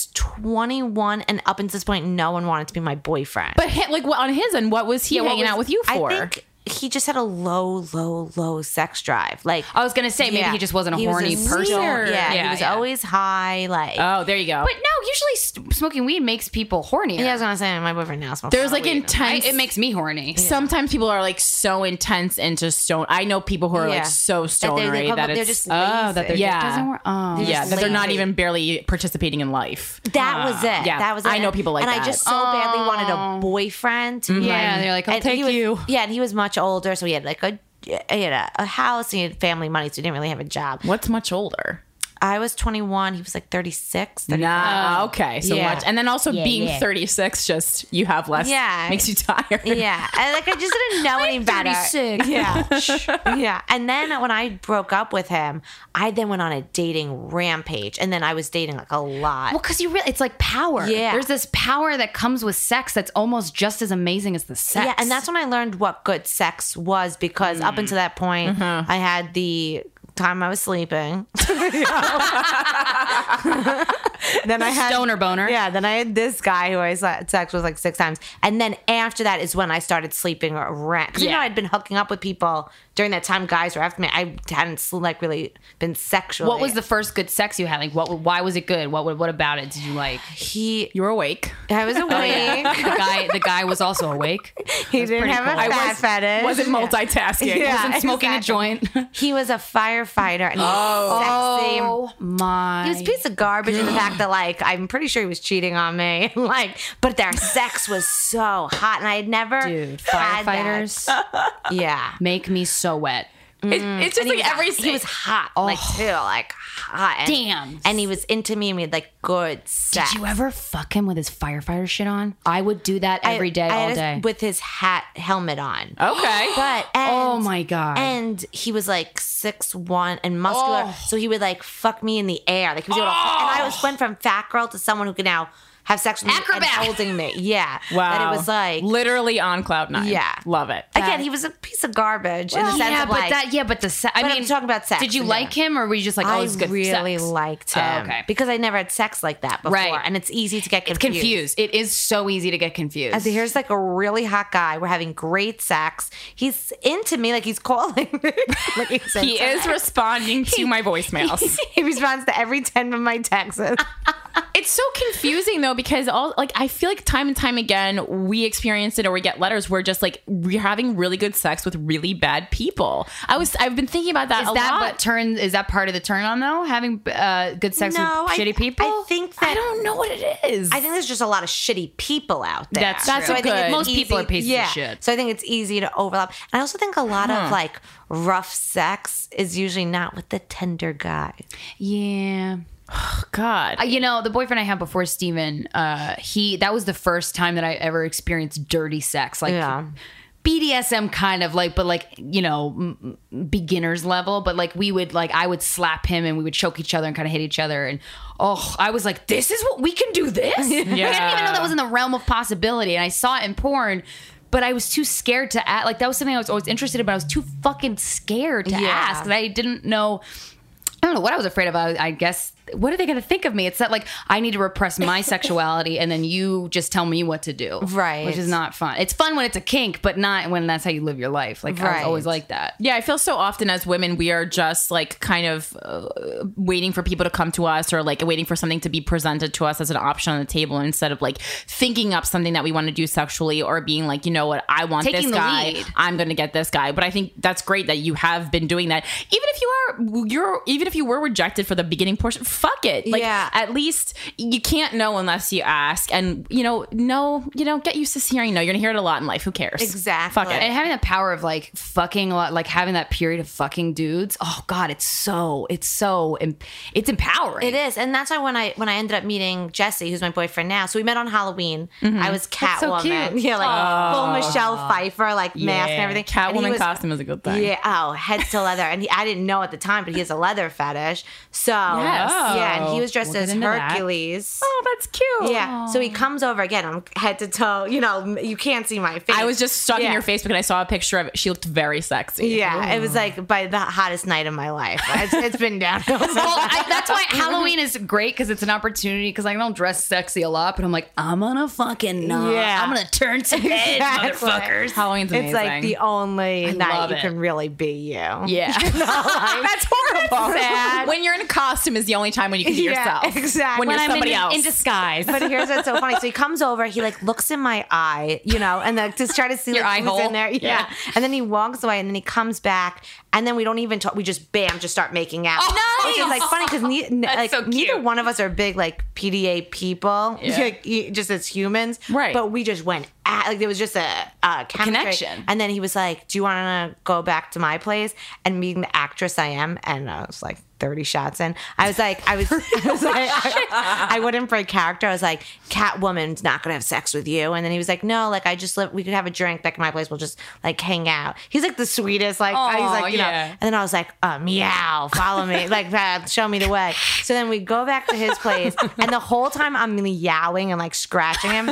21 and up until this point, no one wanted to be my boyfriend.
but hi- like what, on his end, what was he
what
hanging
was-
out with you for?
I think he just had a low, low, low sex drive. Like
I was gonna say Oh, maybe
yeah.
he just wasn't a
He was
horny
a
person.
weird-
Yeah,
Yeah,
he was
yeah.
always high. Like
oh, there you go.
But no, usually s smoking weed makes people horny.
yeah, I was gonna say my boyfriend now smokes.
There's
pot.
like intense.
it makes me horny.
Sometimes people are like so intense into stone. I know people who are
Yeah.
like so
That they- they
stonery
come
that
up-
it's
they're just
Oh, that
lazy.
their
Yeah.
dick doesn't work. Oh,
yeah,
just
that they're not
lazy.
even barely participating in life.
That was it.
yeah.
that was. It.
I know people like
and
that.
I just so badly wanted a boyfriend. To
Yeah, they're like, I'll
and
take
he was-
you.
Yeah, and he was much older, so he had like a. He had a, a house. And he had family money, so he didn't really have a job.
What's much older?
I was 21. He was like 36. 35.
Nah, okay, so
Um, Yeah.
much, and then also being
yeah.
36, just you have less.
Yeah.
makes you tired.
Yeah, and like I just didn't know any better.
36.
Yeah, yeah. And then when I broke up with him, I then went on a dating rampage, and then I was dating like a lot.
Well, because you really, it's like power.
Yeah.
There's this power that comes with sex that's almost just as amazing as the sex.
Yeah, and that's when I learned what good sex was because up until that point, I had the time I was sleeping. then I had
stoner boner.
Yeah, then I had this guy who I s- had sex with like six times, and then after that is when I started sleeping around. Because you
Yeah.
know I'd been hooking up with people during that time. Guys were after me. I hadn't sl- like really been sexual.
What was the first good sex you had? Like, what? Why was it good? What? What about it? Did you like?
he?
you were awake.
I was awake.
the guy. The guy was also awake.
He didn't
pretty
have
cool.
a
I
fat
was-
fetish.
Wasn't multitasking.
Yeah.
Wasn't smoking a
exactly.
joint.
He was a firefighter and he was sexy.
Oh my!
He was a piece of garbage in the fact that, like, I'm pretty sure he was cheating on me. Like, but their sex was so hot, and I had never
Dude,
had that. Uh,
firefighters
Yeah,
make me so wet.
It- it's just
And
like
he was-
every
he was hot, like too, like hot. And,
Oh. Damn.
And he was into me, and we had like good sex.
Did you ever fuck him with his firefighter shit on? I would do that every day,
I had
all
us-
day.
with his hat helmet on?
okay.
But and,
oh my god! Oh.
And he was like six one and muscular, so he would like fuck me in the air. Like he was doing all, and I was went from fat girl to someone who could now have sex with me and
Acrobat.
holding me. Yeah,
wow,
That it was like
literally on cloud nine.
Yeah.
love it.
again, he was a piece of garbage in the sense
yeah,
of
but
like.
that yeah, but the se- I
But
mean,
I'm talking about sex
Did you
in
like him, or were you just like, oh,
I
it's good
really
sex?
liked him
Oh, okay.
because I never had sex like that before,
Right.
and it's easy to get
It's
confused.
confused. It is so easy to get confused.
I said, here's like a really hot guy. We're having great sex. He's into me, like he's calling. me. like he's
He
into
is
me.
responding to my voicemails.
He responds to every ten of my texts.
It's so confusing though because all like I feel like time and time again we experience it or we get letters where just like we're having really good sex with really bad people. I was I've been thinking about that
is
a
that
lot.
what turn is that part of the turn on though? Having uh, good sex
No,
with
I-
shitty people.
I think that
I don't know what it is.
I think there's just a lot of shitty people out there.
That's
That's
true.
a
I think
good-
it's
Most people are pieces of
yeah.
shit.
So I think it's easy to overlap. And I also think a lot of like rough sex is usually not with the tender guy.
yeah.
God.
Uh, You know, the boyfriend I had before Steven, uh, he that was the first time that I ever experienced dirty sex. Like
Yeah.
BDSM kind of like, but like you know, m- m- beginners level. But like we would like, I would slap him and we would choke each other and kind of hit each other. And oh, I was like, this is what we can do. This I didn't even know that was in the realm of possibility. And I saw it in porn. But I was too scared to ask. Like that was something I was always interested in, but I was too fucking scared to
Yeah.
ask. And I didn't know. I don't know what I was afraid of. I, I guess what are they going to think of me? It's that like I need to repress my sexuality, and then you just tell me what to do,
Right.
Which is not fun. It's fun when it's a kink, but not when that's how you live your life. Like I was
Right.
always like that.
Yeah, I feel so often as women, we are just like kind of uh, waiting for people to come to us or like waiting for something to be presented to us as an option on the table instead of like thinking up something that we want to do sexually or being like, you know what, I want
Taking
this
the
guy.
lead.
I'm going to get this guy. But I think that's great that you have been doing that. Even if you are, you're, even if you were rejected for the beginning portion, fuck it. Like,
Yeah.
at least you can't know unless you ask. And, you know, no, you know, get used to hearing no. You're going to hear it a lot in life. Who cares?
Exactly.
Fuck it.
And having the power of like fucking a lot, like having that period of fucking dudes. Oh God, it's so it's so em- it's empowering.
It is, and that's why when I when I ended up meeting Jesse, who's my boyfriend now, so we met on Halloween.
Mm-hmm.
I was
so
Catwoman,
cute.
yeah, like full Michelle Pfeiffer, like mask and everything. And he
Catwoman
was-
costume is a good thing.
Yeah, oh, heads to leather, and he, I didn't know at the time, but he has a leather fetish. So
Yes.
yeah, and he was dressed
We'll get
as
into that.
Hercules.
Oh, that's cute.
Yeah, so he comes over again. I'm head to toe. You know, m- you can't see my face.
I was just stalking
Yeah.
your Facebook and I saw a picture of it. She looked very sexy.
Yeah, it was like by the hottest night of my life. It's, it's been downhill.
well, I, that's why Halloween is great because it's an opportunity. Because I don't dress sexy a lot, but I'm like, I'm gonna fucking uh,
Yeah.
I'm gonna turn some heads,
Exactly.
motherfuckers.
Halloween's amazing.
It's like the only
love
night you
it.
can really be you. Yeah.
yeah. that's horrible.
sad.
When you're in a costume is the only time when you can be
Yeah,
yourself.
exactly.
When,
When
you're
I'm in-
somebody else.
disguise.
But here's what's so funny. So he comes over, he like looks in my eye, you know, and like just try to see
Your
like,
eye
who's
hole?
in there. Yeah.
Yeah.
And then he walks away and then he comes back and then we don't even talk. We just bam, just start making out.
Oh,
Which is
nice.
like funny because ne- n- like,
so cute.
neither one of us are big like PDA people,
Yeah.
like, e- just as humans.
Right.
But we just went at, like there was just a, a chemistry.
Connection.
And then he was like, do you want to go back to my place and meeting the actress I am? And I was like, 30 shots in. I was like, I was, I, was like, I, I wouldn't break character. I was like, Catwoman's not gonna have sex with you. And then he was like, No, like I just live, we could have a drink back at my place. We'll just like hang out. He's like the sweetest, like, he's
Aw,
like, you
yeah.
know. And then I was like, uh, Meow, follow me, like that, show me the way. So then we go back to his place, and the whole time I'm meowing and like scratching him.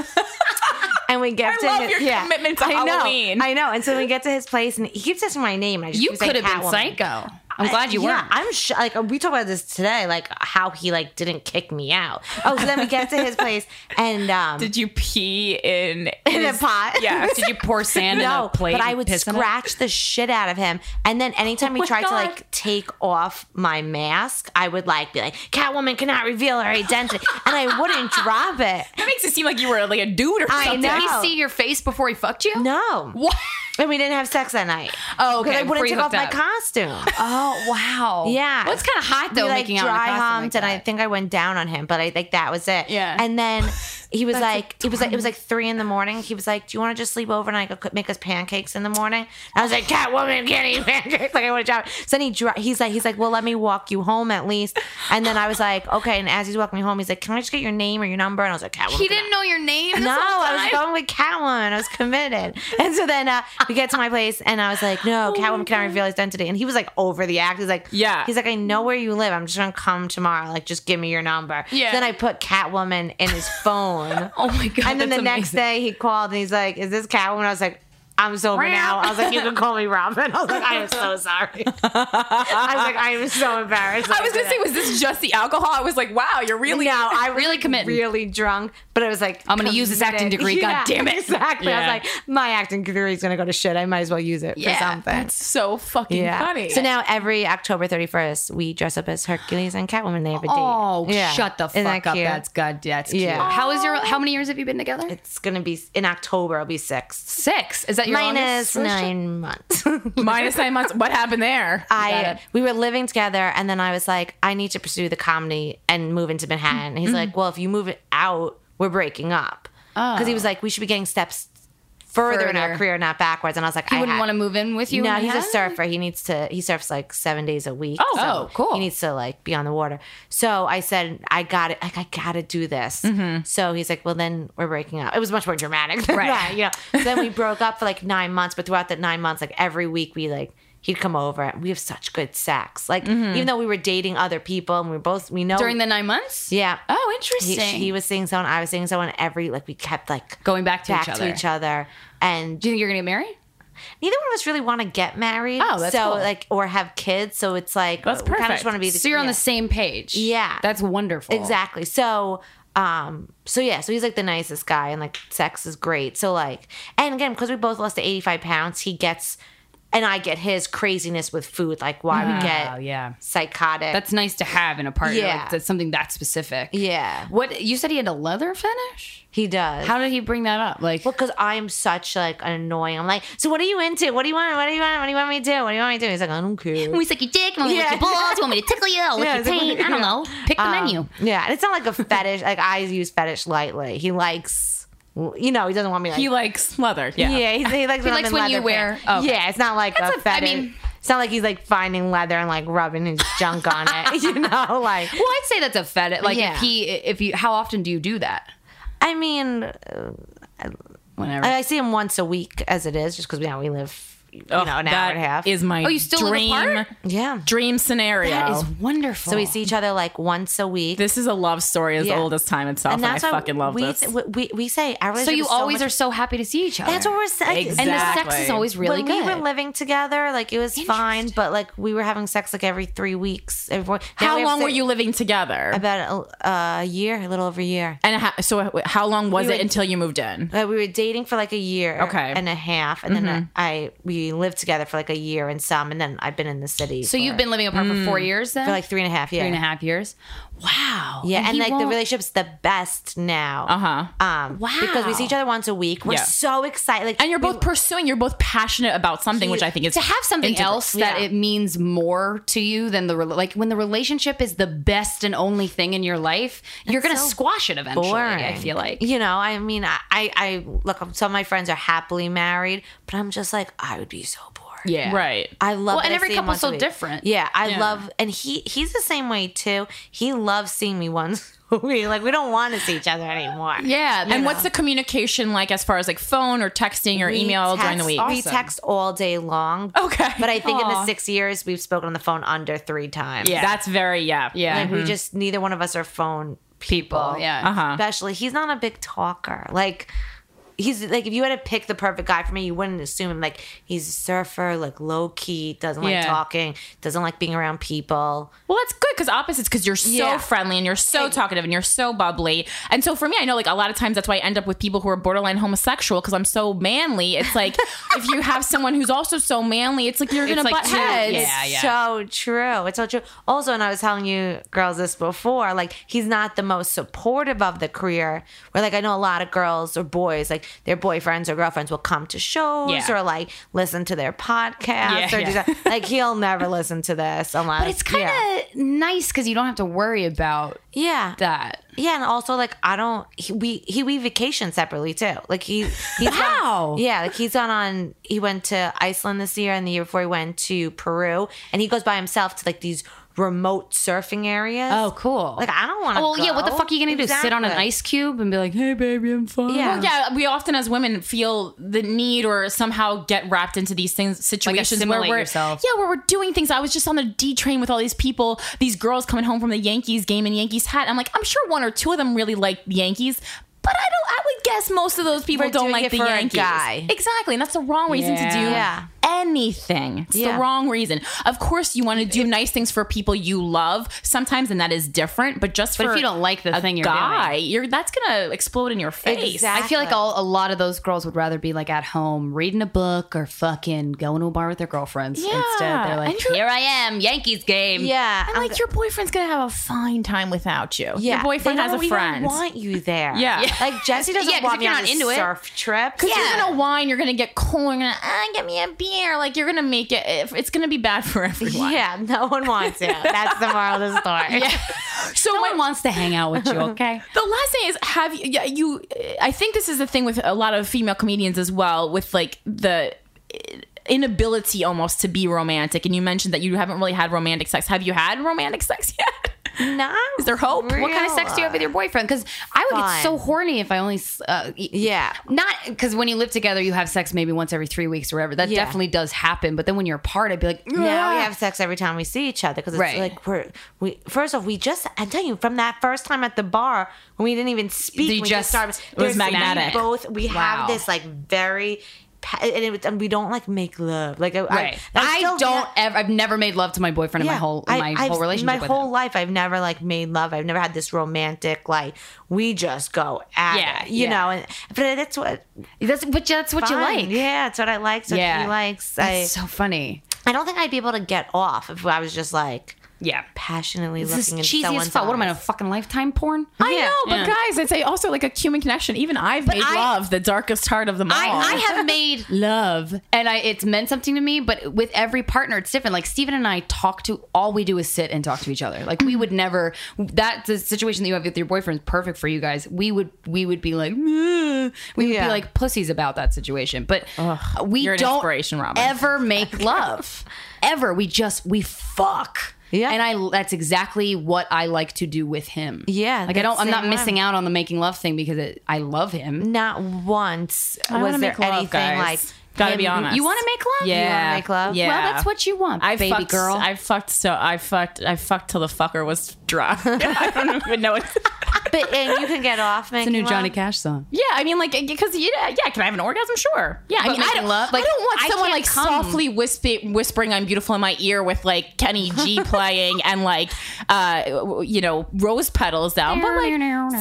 And we get
I
to
love
his,
your
yeah.
commitment to
I know,
Halloween.
I know. And so we get to his place, and he keeps asking my name. And I just
you
keep saying
could have been
Catwoman.
psycho. I'm glad you
Yeah,
weren't.
I'm sh- like uh, we talked about this today, like how he like didn't kick me out. Oh, so then we get to his place and um
Did you pee in
in a pot.
Yeah.
Did you pour sand in a
No,
plate?
but I
and
would
piss in it?
scratch the shit out of him, and then
Oh
anytime he tried to like take off my mask, I would like be like, "Catwoman cannot reveal her identity," and I wouldn't drop it.
That makes it seem like you were like a dude or
I
something.
know.
Did he see your face before he fucked you?
No,
What?
and we didn't have sex that night.
Oh, okay,
because I
before
wouldn't
you
take off my
hooked up.
costume.
Oh wow.
Yeah.
Well, it's kind of hot though,
we,
making out in a
dry
costume like
humped, and I
that.
think I went down on him, but I think that was it.
Yeah.
And then he was like, it was like, it was like three in the morning. He was like, "Do you want to just sleep over and I could cook- make us pancakes in the morning?" And I was like, "Catwoman can't eat pancakes. Like I want to job." So then he dri- he's like, he's like, "Well, let me walk you home at least." And then I was like, "Okay." And as he's walking me home, he's like, "Can I just get your name or your number?" And I was like, "Catwoman."
He
can I-"
didn't know your name. this
No,
whole
I was
time?
going with Catwoman. I was committed. And so then uh, we get to my place, and I was like, "No,
Oh
Catwoman cannot reveal his identity." And he was like over the act. He's like,
Yeah.
He's like, "I know where you live. I'm just gonna come tomorrow. Like, just give me your number."
Yeah.
Then I put Catwoman in his phone.
Oh my god.
and then the
that's
next
amazing.
day he called and he's like, "Is this Catwoman?" I was like. I'm sober now. I was like, you can call me Robin. I was like, I am so sorry. I was like, I am so embarrassed. that
I was
did
gonna say,
it.
was this just the alcohol? I was like, wow, you're really
No, I was
Really committing.
Really drunk, but I was like,
I'm gonna use this acting
committed.
degree, God damn it.
Exactly. I
Yeah.
was like, my acting degree is gonna go to shit. I might as well use it
Yeah,
for something.
That's so fucking funny.
So now every October 31st, we dress up as Hercules and Catwoman. They have a date.
Oh,
Yeah.
shut the
Isn't
fuck
that
up.
cute?
That's god. That's cute.
Yeah.
How is your? How many years have you been together?
it's gonna be in October. I'll be six.
Six. Is that your
Minus
longest relationship?
nine months.
minus nine months. What happened there?
Got it.
I we were living together, and then I was like, I need to pursue the comedy and move into Manhattan. And he's like, Well, if you move it out, we're breaking up. Because he was like, We should be getting steps further, in our
Oh. Further.
career, not backwards. And I was like,
He
I
wouldn't
had-
want to move in with you.
No,
in
he's a
Manhattan?
surfer. He needs to. He surfs like seven days a week.
Oh.
Oh, cool.
He needs to like be on the water. So I said, I got it. Like I gotta do this. So he's like, well, then we're breaking up. It was much more dramatic than
Mm-hmm. Right.
that, you know. So then we broke up for like nine months. But throughout that nine months, like every week, we like he'd come over. and We have such good sex. Like even though we were dating other people and we were both we know
Mm-hmm. during the nine months.
yeah.
Oh,
He,
interesting.
he was seeing someone. I was seeing someone. Every like we kept like
Going back to
back
each other.
to each other. And
Do you think you're gonna get married?
neither one of us really want to get married.
Oh, that's
so
cool.
like or have kids. So it's like
That's
We kind of
perfect.
just want to be.
So you're on
yeah.
the same page.
Yeah.
that's wonderful.
exactly. So um so yeah so he's like the nicest guy and like sex is great so like and again because we both lost to 85 pounds he gets and i get his craziness with food like why we
Oh,
get
yeah.
psychotic
That's nice to have in a partner.
Yeah.
like, that's something that specific.
yeah
What you said he had a leather fetish?
he does
How did he bring that up? Like,
Well, because I'm such like an annoying. I'm like, so what are you into? What do you want? What do you want? What do you want me to do? What do you want me to do? He's like, I don't care.
we suck your dick, and we
Yeah.
you want me to tickle you, I'll lick
Yeah, it's like,
I don't know. Um, Pick the menu.
Um, yeah, and it's not like a fetish. Like I use fetish lightly. He likes, you know, he doesn't want me like.
He likes leather. Yeah.
yeah, he, he likes.
He
when I'm
likes
in
when you
leather
wear-
pants.
oh, okay.
Yeah, it's not like
That's
a
a- I
fetish.
mean-
it's not like he's like finding leather and like rubbing his junk on it. You know, like
Well, I'd say that's a fetish. Like,
Yeah.
if he, if you, how often do you do that?
I mean, uh,
Whenever.
I, I see him once a week as it is, just because now we live, you
Ugh,
know, an hour
Oh, that
and a half.
Is my
Oh, you still live
dream
apart?
yeah.
dream scenario.
that is wonderful.
So we see each other like once a week.
this is a love story as
Yeah.
old as time itself, and, I fucking love
we,
this.
We, we, we say our
So
relationship
you
is
always
much-
are so happy to see each other.
That's what we're saying.
And the sex
Exactly.
is always really
when
good.
we were living together, like it was fine, but like we were having sex like every three weeks. Every, four- now we
How
have
long
se-
were you living together?
About a, a year, a little over a year.
and how, so, how long was
We
it
were-
until you moved in?
Uh, we were dating for like a year,
Okay.
and a half, and
Mm-hmm.
then I we lived together for like a year and some, and then I've been in the city.
so
for,
you've been living apart Mm-hmm. for four years then?
for like three and a half, yeah,
three and a half years. Wow.
yeah, and,
he
like the
won't- Uh-huh.
relationship's the best now.
Uh huh.
Um, because we see each other once a week. We're
Yeah.
so excited, like,
And you're both
we-
pursuing. You're both passionate about something, which I think is
to have something
integral.
else that
Yeah.
it means more to you than the rela- like when the relationship is the best and only thing in your life, you're gonna
so
squash it eventually. I feel like
you know. I mean, I, I, I look. Some of my friends are happily married, but I'm just like, I would be so bored.
yeah,
right?
I love.
Well,
that
and
I
every
see him
couple's
once a
so
week.
different.
Yeah, I
Yeah.
love, and he he's the same way too. He loves seeing me once a week. Like we don't want to see each other anymore.
Yeah,
and what's the communication like as far as like phone or texting or
We
email during the
text-
week?
We text all day long.
Okay.
but I think in the
Aw.
six years we've spoken on the phone under three times.
Yeah, that's very yeah,
Yeah. Mm-hmm.
like we just neither one of us are phone
people? Yeah,
Uh huh.
especially he's not a big talker like he's like if you had to pick the perfect guy for me you wouldn't assume like he's a surfer like low key doesn't like
Yeah.
talking doesn't like being around people
Well, that's good because opposites, because you're so
Yeah.
friendly and you're so talkative and you're so bubbly. And so for me, I know like a lot of times that's why I end up with people who are borderline homosexual because I'm so manly. It's like if you have someone who's also so manly, it's like you're going to
like
butt
two-
heads.
yeah.
It's so true it's so true also and i was telling you girls this before like he's not the most supportive of the career where like i know a lot of girls or boys like their boyfriends or girlfriends will come to shows
Yeah.
or like listen to their podcasts
Yeah,
or do
yeah.
that. like he'll never listen to this unless
but it's kind
yeah.
of nice because you don't have to worry about
yeah
that.
Yeah, and also like I don't he, we he we vacation separately too. Like he he's
Wow.
gone, yeah, like he's gone on he went to Iceland this year and the year before he went to Peru and he goes by himself to like these remote surfing areas.
Oh, cool.
Like I don't want to
well, yeah. What the fuck are you gonna do? Sit on an ice cube and be like, "Hey, baby, I'm fine."
Yeah.
Well, yeah, we often as women feel the need or somehow get wrapped into these things situations where
assimilate
we're
yourself.
yeah, where we're doing things. I was just on the D train with all these people, these girls coming home from the Yankees game in Yankees hat. I'm like, I'm sure one or two of them really like the Yankees. But I don't. I would guess most of those people
We're
don't
doing
like
it
the
for a
Yankees.
guy.
Exactly, and that's the wrong reason to do
Yeah.
anything. It's
Yeah.
the wrong reason. Of course, you want to do nice things for people you love sometimes, and that is different. But just
But
for
if you don't like the
a
thing you're
guy,
doing,
you're that's gonna explode in your face.
Exactly.
I feel like all, a lot of those girls would rather be like at home reading a book or fucking going to a bar with their girlfriends.
Yeah.
Instead, they're like,
And you're-
here I am, Yankees game.
Yeah.
And
I'm
like your boyfriend's gonna have a fine time without you.
Yeah,
Your
they
boyfriend
don't
has a
even
friend.
want you there.
Yeah. Yeah.
like Jesse doesn't
Yeah, 'cause
want
if
me
you're
on
not
a
into it-
surf trip.
Because you're gonna whine, you're gonna uh, get cool, you're gonna ah, get me a beer, there, like you're gonna make it. if- It's gonna be bad for everyone.
Yeah, no one wants it. That's the moral of the story.
So
No
my
one wants to hang out with you, okay?
The last thing is have you, yeah, you uh, I think this is the thing with a lot of female comedians as well with like the uh, inability almost to be romantic and you mentioned that you haven't really had romantic sex. Have you had romantic sex yet?
No.
Is there hope? What
What kind of sex do you have with your boyfriend? Because I would get
Fun.
so horny if I only. s- Uh, y-
Yeah.
Not because when you live together, you have sex maybe once every three weeks or whatever. That
Yeah.
definitely does happen. But then when you're apart, I'd be like,
Now we have sex every time we see each other because it's
Right.
like we're we first off we just I'm telling you from that first time at the bar when we didn't even speak
They
we
just-
just started
it
was
there's-
magnetic.
we both we
Wow.
have this like very pa- and, it, and we don't like make love like I,
Right.
I,
I,
still
don't
can't-
ever. I've never made love to my boyfriend in my
Yeah,
whole
I-
my
I've-
whole relationship.
my
with
whole
him.
life I've never like made love I've never had this romantic like we just go at
Yeah,
it, you
yeah.
know and but that's what
That's but that's what you
fun.
like.
yeah that's what I like so
Yeah.
he likes
That's
I
so funny.
I don't think I'd be able to get off if I was just like
Yeah.
passionately
This is
looking
cheesy
at
as
someone's
fuck. What am I in a
eyes.
fucking lifetime porn?
I
Yeah.
know, but
Yeah.
guys, I'd say also like a human connection. Even I've made
I-
love the darkest heart of them all.
I, I have made love and I it's meant something to me, but with every partner it's different. Like Steven and I talk to all we do is sit and talk to each other. Like we would never that the situation that you have with your boyfriend is perfect for you guys. We would we would be like "Meh." we would
Yeah.
be like pussies about that situation. But we
you're an
don't
inspiration, Robin.
ever make love. ever. We just we fuck.
Yeah.
And I that's exactly what I like to do with him.
Yeah,
Like I don't
that's
I'm not
same
missing out on the making love thing because it, I love him.
Not once
I wanna
was there
make love,
anything
guys.
like
Gotta
him-
be honest.
You want to make love?
Yeah.
You wanna make love?
Yeah.
Well, that's what you want,
I
baby
fucked,
girl.
I fucked so I fucked I fucked till the fucker was drunk. I don't even know what
But and you can get off making
the new
love.
Johnny Cash song.
Yeah, I mean, like, because yeah, yeah, can I have an orgasm? Sure. Yeah,
But
I mean, I
making
don't,
love? Like,
I don't want
I
someone
can't
like
come.
softly whisper, whispering "I'm beautiful" in my ear with like Kenny G playing and like, uh, you know, rose petals down, but like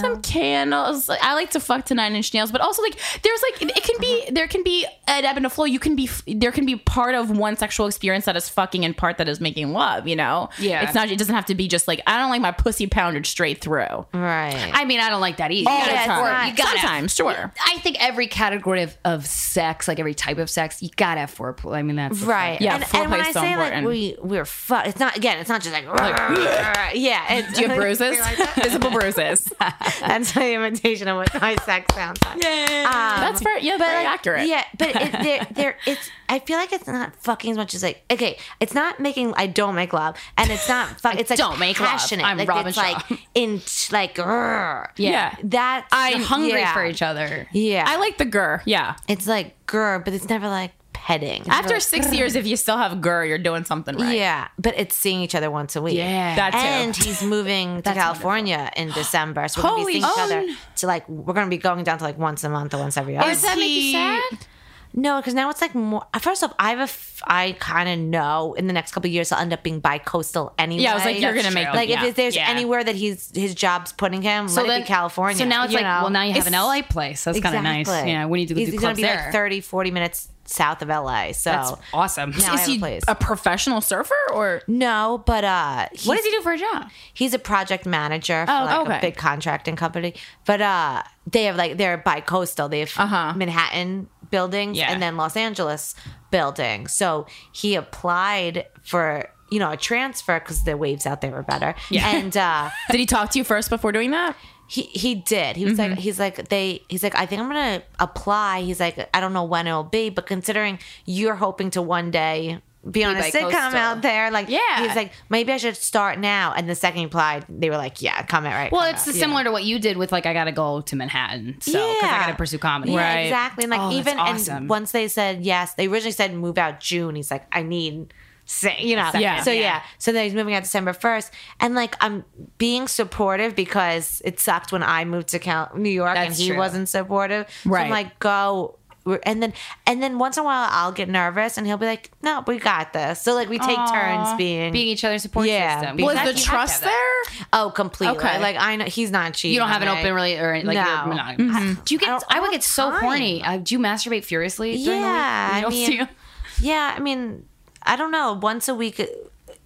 some candles. Like, I like to fuck to Nine Inch Nails, but also like, there's like, it can be there can be an ebb and a flow. You can be there can be part of one sexual experience that is fucking and part that is making love. You know,
Yeah.
it's not. It doesn't have to be just like I don't like my pussy pounded straight through.
Right.
I mean, I don't like that either.
All
You
the
gotta
time.
have- You gotta
Sometimes, sure.
I think every category of, of sex, like every type of sex, you gotta have foreplay. I mean, that's the
Right.
thing.
Yeah,
And,
foreplay
and when
is
I
so
say like
important.
we we're fuck, it's not again. It's not just like, yeah. It's,
Do you have bruises? Visible bruises.
Um, That's my imitation of what my sex sounds like. Um,
That's very yeah, very
like,
accurate.
Yeah, but it, there, there, it's. I feel like it's not fucking as much as like. Okay, it's not making. I don't make love, and it's not. Fuck, it's like
don't make love.
passionate.
I'm
like,
Robin
it's
Shaw.
like in like. grrr.
Yeah.
That's
I'm hungry
yeah.
for each other.
Yeah,
I like the gur. Yeah.
It's like grr, but it's never like petting.
After six years, if you still have gur, you're doing something right.
yeah, but it's seeing each other once a week.
Yeah.
That too.
and he's moving to California in December, so we're gonna
Holy
be seeing each other
own.
to like we're gonna be going down to like once a month or once every other.
Does that make you sad?
No, because now it's like more. uh, First off, I have a. F- I kind of know in the next couple of years I'll end up being bi-coastal anyway.
Yeah, I was like, you're
That's
gonna make
true.
them,
like
yeah.
if there's
Yeah.
anywhere that he's his job's putting him, let it be California.
So now it's
you
like,
know?
well, now you have
It's-
an LA place. That's kind of nice.
Exactly.
Yeah, we need to go
he's,
do
he's gonna
clubs
be
there.
like 30, 40 minutes south of LA. So
that's awesome.
now I
Is
have a
he
place.
a professional surfer or
no, but uh,
What
he's-
does he do for a job?
He's a project manager for
Oh,
like
okay.
a big contracting company. But uh they have like they're bi-coastal. They have Manhattan buildings
Uh-huh. Yeah.
and then Los Angeles buildings. So he applied for you know a transfer because the waves out there were better. And uh
did he talk to you first before doing that?
he he did. He was like he's like they he's like I think I'm gonna apply. He's like I don't know when it'll be, but considering you're hoping to one day be on a
bi-coastal.
sitcom out there, like
Yeah.
he's like maybe I should start now. And the second he applied, they were like, yeah, come at right.
Well,
come
it's
out.
similar to what you did with like I gotta go to Manhattan, so because I
Yeah.
gotta pursue comedy.
Yeah,
Right.
exactly. And like
Oh, that's
even
awesome.
and once they said yes, they originally said move out June. He's like, I need say you know.
Yeah.
So
Yeah.
yeah. So then he's moving out December first. And like I'm being supportive because it sucked when I moved to Cal- New York and
That's
he
true.
wasn't supportive. So
Right.
I'm like, go and then and then once in a while I'll get nervous and he'll be like, No, we got this. So like we take turns being
Being each other's support
Yeah,
system.
because
Was
Well,
the
that- you have to have
trust
that.
there?
Oh, completely.
Okay.
Like I know he's not cheating.
You don't have an
on me.
open really or like
No. Mm-hmm.
you're monogamous. Do you get?
I
I,
don't-
would
I
get
don't
so
have
horny. Uh, do you masturbate furiously? During
Yeah, I
the week? You don't
mean-
see-
Yeah, I mean, I don't know. Once a week.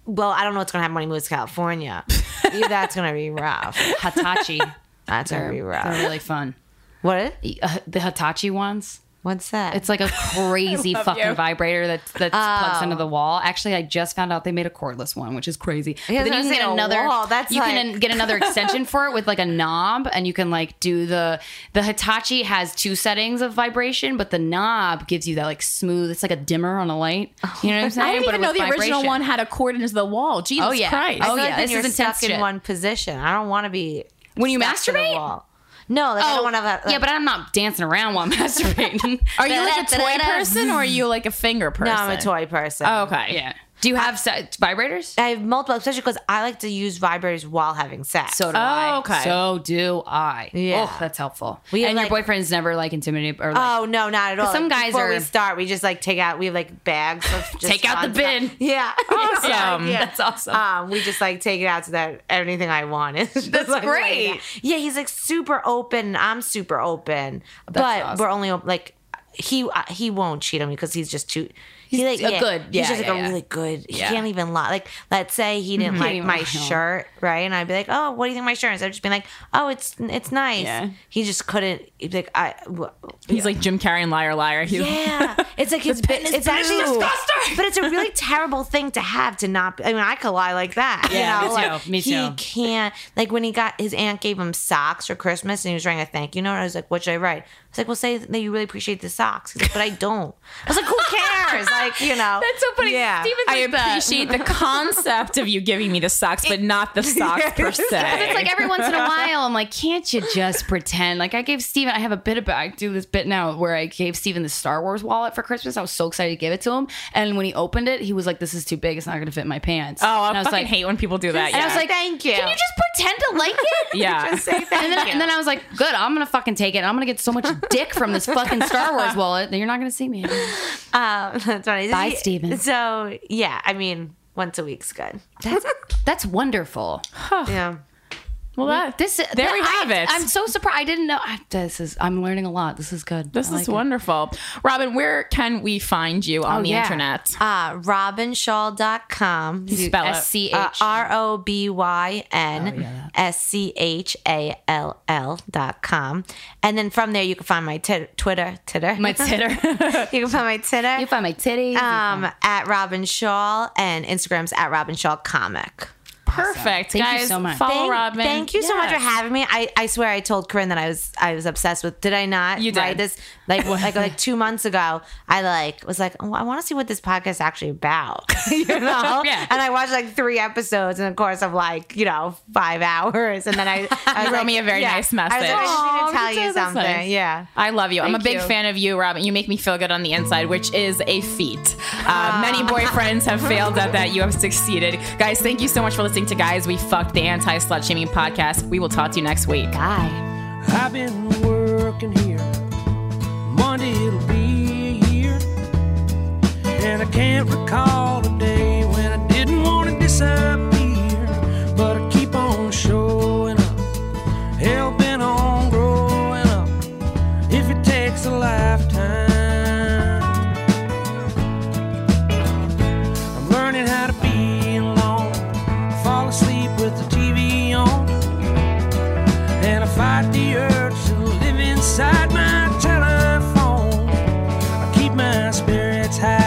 Well, I don't know what's gonna happen when he moves to California. Yeah, That's gonna be rough.
Hitachi.
That's gonna be
They're
rough.
really fun.
What?
Uh, the Hitachi ones.
What's that?
It's like a crazy fucking
you.
vibrator that that plugs into
Oh.
the wall. Actually, I just found out they made a cordless one, which is crazy.
Yeah,
But
I was
you can
gonna
get
say, a
another.
wall, that's
you
like-
can an- get another extension for it with like a knob, and you can like do the the Hitachi has two settings of vibration, but the knob gives you that like smooth. It's like a dimmer on a light. You know what I'm saying?
I didn't even
But it
know
was
the original
vibration.
one had a cord into the wall. Jesus
Oh, yeah.
Christ.
I
I feel
oh, yeah,
like then
this
you're
is intense
stuck in
shit.
one position. I don't want to be
When you
stuck to the
masturbate? Oh,
wall. No, like, I don't want to. Like,
yeah, but I'm not dancing around while I'm masturbating.
Are you like a toy person or are you like a finger person?
no, I'm a toy person.
Oh, okay.
Yeah. Do you have se- vibrators?
I have multiple, especially because I like to use vibrators while having sex.
So do
Oh,
I.
okay.
So do I.
Yeah.
Oh, that's helpful.
We have,
and
like-
your boyfriend's never like intimidated or like,
Oh no, not at all.
some
Like,
guys
before
are-
we start, we just like take out we have like bags of just
Take out
fun
the bin.
stuff. Yeah,
Oh,
Awesome.
That's awesome.
Um, we just like take it out so that anything I want is just,
That's
like, laid
great.
out. Yeah, he's like super open. and I'm super open, but
awesome.
we're only op- like he uh, he won't cheat on me because he's just too. He's like
a good- yeah,
he's just like
yeah,
a
yeah.
really good. He
Yeah.
can't even lie. Like let's say he didn't like
even
my
lie.
shirt, right? And I'd be like, oh, what do you think of my shirt? Instead of just being like, oh, it's it's nice.
Yeah.
He just couldn't. He'd be like I. wh-
He's like Jim Carrey and Liar Liar. He-
yeah, it's like his
pen
bit-
is
It's actually
blue.
but it's a really terrible thing to have to not. Be, I mean, I could lie like that.
Yeah,
you know?
me too,
Like,
me
He
too.
can't. Like when he got his aunt gave him socks for Christmas, and he was writing a thank you note. And I was like, "What should I write?" I was like, "Well, say that you really appreciate the socks." He's like, but I don't. I was like, "Who cares?" like you know.
That's so funny.
Yeah.
Steven's
I
like that.
appreciate the concept of you giving me the socks, but not the socks per se.
It's like every once in a while, I'm like, can't you just pretend? Like I gave Steven, I have a bit about, I do this bit now where I gave Steven the Star Wars wallet for Christmas. I was so excited to give it to him. And when he opened it, he was like, this is too big. It's not going to fit in my pants.
oh, I,
and was
fucking
like,
hate when people do that.
And I
yeah.
was like,
Thank you.
Can you just pretend to like it?
yeah.
Just say thank
And then,
you.
and then I was like, good, I'm gonna fucking take it. and I'm gonna get so much dick from this fucking Star Wars wallet that you're not gonna see me. anymore.
um, that's funny.
Bye,
He-
Steven.
So yeah, I mean, once a week's good.
That's that's wonderful.
yeah.
well, that,
This there
we have it.
I'm so surprised. I didn't know. I, this is I'm learning a lot. This is good.
this
I like
is
it.
wonderful. Robin, where can we find you on
Oh,
the
yeah.
internet?
Uh, robinshaw.com. You
Spell it.
S C
Uh,
H. Oh,
R O B Y N S C H A L L dot com. And then from there, you can find my t- Twitter, Titter.
My titter. you
you can find my Titter
find my titties. you find-
um, at Robin Shaw and Instagram's at Robin Shaw Comic.
Perfect.
Thank you
Guys,
so much.
follow
Thank,
Robin.
thank you so much for
Yes.
having me. I, I swear I told Corinne that I was I was obsessed with. Did I not?
You did.
Right? This like like like two months ago. I like was like oh, I want to see what this podcast is actually about. you know?
Yeah.
And I watched like three episodes in the course of like you know five hours, and then I, I
You
was
wrote
like-
me a very nice
I was
message.
like, I
Aw,
just need to tell you
that's- that's
something.
nice.
Yeah.
I love you. I'm a
Thank
big
you.
fan of you, Robin. You make me feel good on the inside, which is a feat.
Ah.
Uh, many boyfriends have failed at that. You have succeeded. Guys, thank you so much for listening to Guys We Fucked, the anti slut shaming podcast. We will talk to you next week.
Bye.
I've been working here. Monday it'll be a year. And I can't recall a day when I didn't want to disappear. But I keep on showing up. Hell bent on growing up. If it takes a lifetime. I'm learning how to be alone. Fall asleep with the TV on and I fight the urge to live inside my telephone. I keep my spirits high.